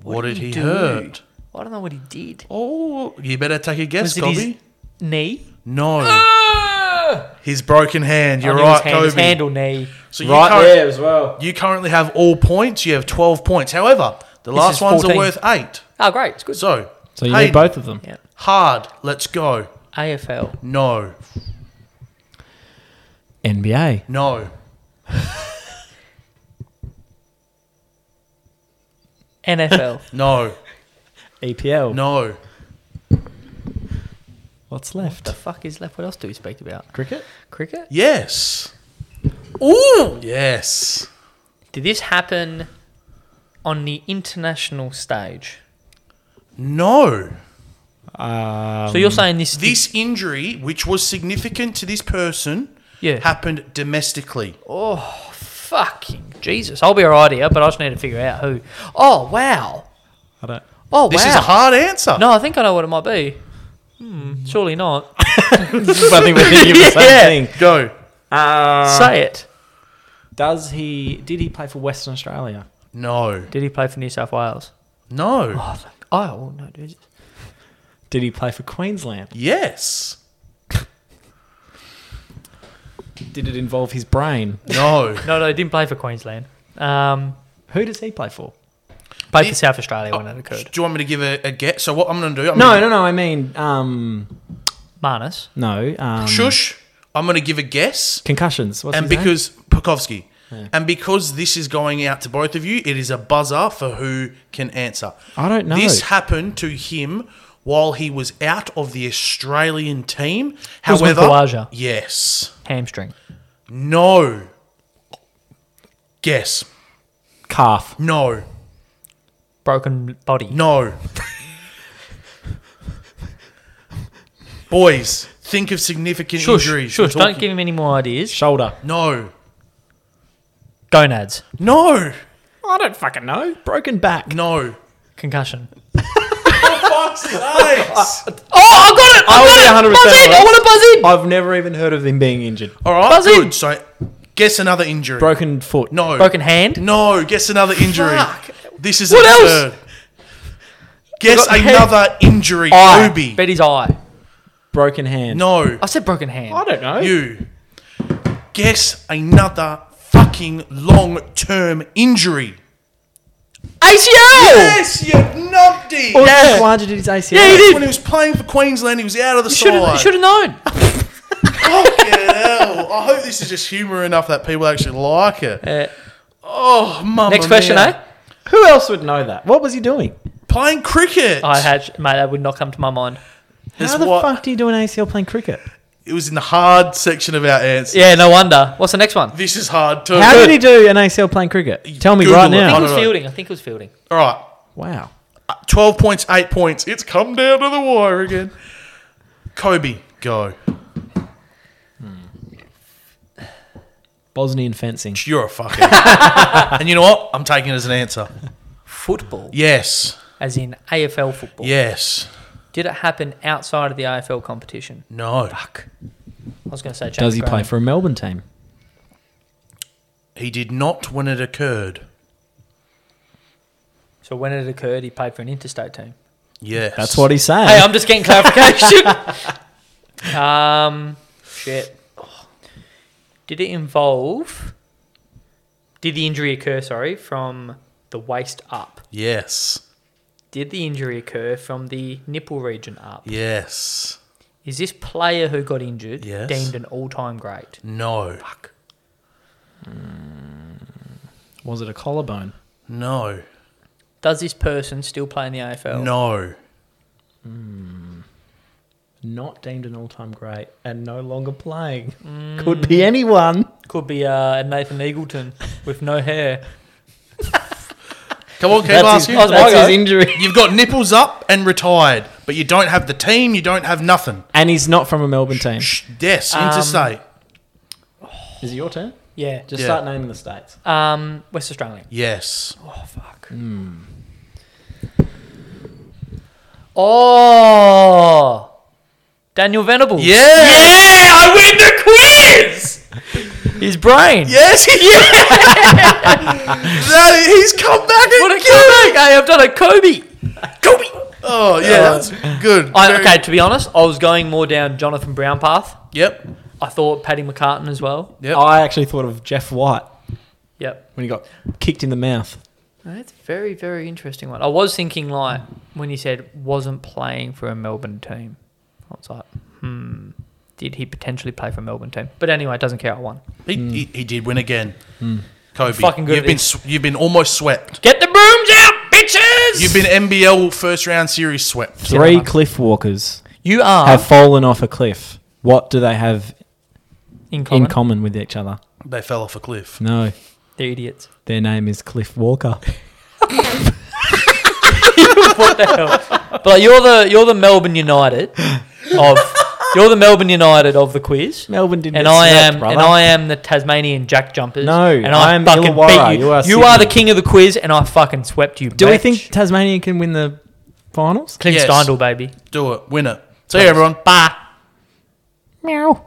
D: What, did he
E: do?
D: hurt?
E: no. I don't know what he did.
D: Oh, you better take a guess,
E: Was it his-
D: Kobe.
E: Knee?
D: No.
E: Ah!
D: His broken hand. You're
E: I knew
D: right,
E: Oh, his hand, His
D: Kobe.
E: hand or knee.
D: So you, current-
F: as well.
D: you currently have all points. You have 12 points. However, the
E: is
D: last ones
E: 14.
D: are worth eight.
E: Oh, great. It's good.
D: So,
F: So you
D: Hayden,
F: need both of them.
E: yeah.
D: Hard. Let's go.
E: AFL.
D: No.
F: NBA.
D: No.
E: NFL.
D: No.
E: E
F: EPL.
D: No.
F: What's left?
E: the fuck is left? What else do we speak about?
F: Cricket.
E: Cricket?
D: Yes. Ooh. Yes.
E: Did this happen on the international stage?
D: No. Um,
E: so you're saying this?
D: This injury, which was significant to this person,
E: Yeah.
D: happened domestically.
E: Fucking Jesus. I'll be alright here, but I just need to figure out who. Oh, wow.
F: I don't.
E: Oh,
D: This
E: wow.
D: is a hard answer.
E: no, I think I know what it might be. Hmm, surely not.
F: I think we're thinking of the same
E: Yeah.
F: thing.
D: Go. Uh,
E: Say it.
F: Does he? Did he play for Western Australia?
D: No.
E: Did he play for New South Wales?
D: No.
E: Oh, oh no, dude.
F: Did he play for Queensland?
D: Yes.
F: Did it involve his brain?
D: No.
E: No, no, he didn't play for Queensland. Um,
F: Who does he play for?
E: played
D: Did-
E: for South Australia when it
D: Do
E: occurred.
D: you want me to give a, a guess? So what I'm going to do? I'm
F: No,
D: gonna,
F: no, no. I mean, um,
E: Marnus.
F: no. Um,
D: Shush. I'm going to give a guess,
F: Concussions. What's
D: and
F: his name?
D: because Pukowski, and because this is going out to both of you, it is a buzzer for who can answer.
F: I don't know.
D: This happened to him while he was out of the Australian team.
E: Usman
D: However,
E: Khawaja.
D: yes,
E: Hamstring.
D: no, guess,
F: calf.
D: no,
E: Broken body.
D: no. Boys, think of significant
E: Shush,
D: injuries.
E: shush,
D: We're
E: don't
D: talking-
E: give him any more ideas.
F: Shoulder.
D: No,
E: Gonads.
D: no,
F: I don't fucking know. Broken back.
D: no.
E: Concussion.
F: Oh, I got it. I, was 100%
E: Buzz in! I
F: right.
E: want to buzz in!
F: I've never even heard of him being injured.
D: All right,
E: Buzz
D: good.
E: in.
D: So, guess another injury.
F: Broken foot.
D: No,
E: Broken hand.
D: No, guess another injury.
E: Fuck.
D: This is
E: What else?
D: absurd. Guess
E: I've got
D: another injury.
E: Eye.
D: Kobe.
E: Bet his eye.
F: Broken hand.
D: No,
E: I said broken hand.
F: I don't know.
D: you. Guess another fucking fucking long term injury.
E: ACL.
D: Yes, you numpty.
E: Yeah.
B: Blinded his ACL.
E: Yeah, he did.
D: When he was playing for Queensland, he was out of the
E: Should
D: side.
E: have should have known.
D: Fucking hell. I hope this is just humour enough that people actually like it.
E: Uh,
D: Oh, mum.
E: next question, eh?
F: Who else would know that?
B: What was he doing?
D: Playing cricket.
E: I had mate, that would not come to my mind.
D: It's
B: How the
D: what-
B: fuck do you do an ACL playing cricket?
D: It was in the hard section of our answer.
E: Yeah, no wonder. What's the next one?
D: This is hard too.
B: How did he do an ACL playing cricket? Tell me
D: Google
B: right
D: it.
E: I
D: I
E: think
B: now.
E: it was
D: don't know.
E: fielding. I think it was fielding.
D: All right.
B: Wow.
D: 12 points, 8 points. It's come down to the wire again. Kobe, go.
F: Bosnian fencing.
D: You're a fucker. and you know what? I'm taking it as an answer.
E: Football,
D: Yes.
E: as in AFL football.
D: Yes.
E: Did it happen outside of the AFL competition?
D: No.
E: I was going to say. James
F: Does he play
E: Graham.
F: for a Melbourne team?
D: He did not when it occurred.
E: So when it occurred, he played for an interstate team.
D: Yes.
F: That's what he's saying.
E: Hey, I'm just getting clarification. um, shit. Did it involve? Did the injury occur? Sorry, from the waist up.
D: Yes.
E: Did the injury occur from the nipple region up?
D: Yes.
E: Is this player who got injured
D: Yes.
E: deemed an all-time great?
D: No.
F: Was it a collarbone?
D: No.
E: Does this person still play in the AFL?
D: No.
F: Not deemed an all-time great and no longer playing. Could be anyone.
E: Could be uh, Nathan Eagleton with no hair.
D: Come on, keep
F: That's,
D: asking.
F: his,
E: Oh, it's my
F: that's his
E: go.
F: injury.
D: You've got nipples up and retired, but you don't have the team, you don't have nothing.
F: And he's not from a Melbourne team.
D: Shh, Yes, interstate.
F: Is it your turn?
E: Yeah.
F: Just
D: Yeah.
F: start naming the states.
E: Um, West Australian.
D: yes.
E: Oh fuck. Oh, Daniel Venables.
D: Yeah.
E: I win the quiz. His brain.
D: Yes. Yeah. that is, he's come back
E: What
D: and
E: a comeback! Hey, I've done a Kobe. Kobe.
D: Oh yeah, that's good.
E: I,
D: Very-
E: okay, to be honest, I was going more down Jonathan Brown path.
D: Yep.
E: I thought Paddy McCartan as well.
D: Yep.
F: I actually thought of Jeff White
E: Yep.
F: when he got kicked in the mouth.
E: That's a very, very interesting one. I was thinking, like, when you said wasn't playing for a Melbourne team, I was like, hmm, did he potentially play for a Melbourne team? But anyway, it doesn't care. I won.
D: he, he, he did win again. Kobe,
E: Fucking good
D: you've
E: at
D: been
E: this.
D: sw- you've been almost swept.
E: Get the brooms out, bitches!
D: You've been NBL first round series swept.
F: Three
E: Yeah.
F: cliff walkers
E: You are
F: have fallen off a cliff. What do they have
E: in common.
F: in common with each other?
D: They fell off a cliff.
F: No,
E: They're idiots.
F: their name is Cliff Walker.
E: what the hell? But you're the you're the Melbourne United of you're the Melbourne United of the quiz.
F: Melbourne didn't
E: and
F: get
E: I
F: smacked,
E: am
F: brother.
E: and I am the Tasmanian Jack Jumpers.
F: No,
E: and
F: I am
E: fucking
F: Illawarra.
E: beat you.
F: You
E: You
F: are
E: are, the
F: Sydney.
E: king of the quiz, and I fucking swept you.
F: Do we
E: bitch.
F: think Tasmania can win the finals?
E: Clint
D: Yes.
E: Steindl, baby?
D: Do it. Win it. See you, everyone.
E: Bye.
F: Meow.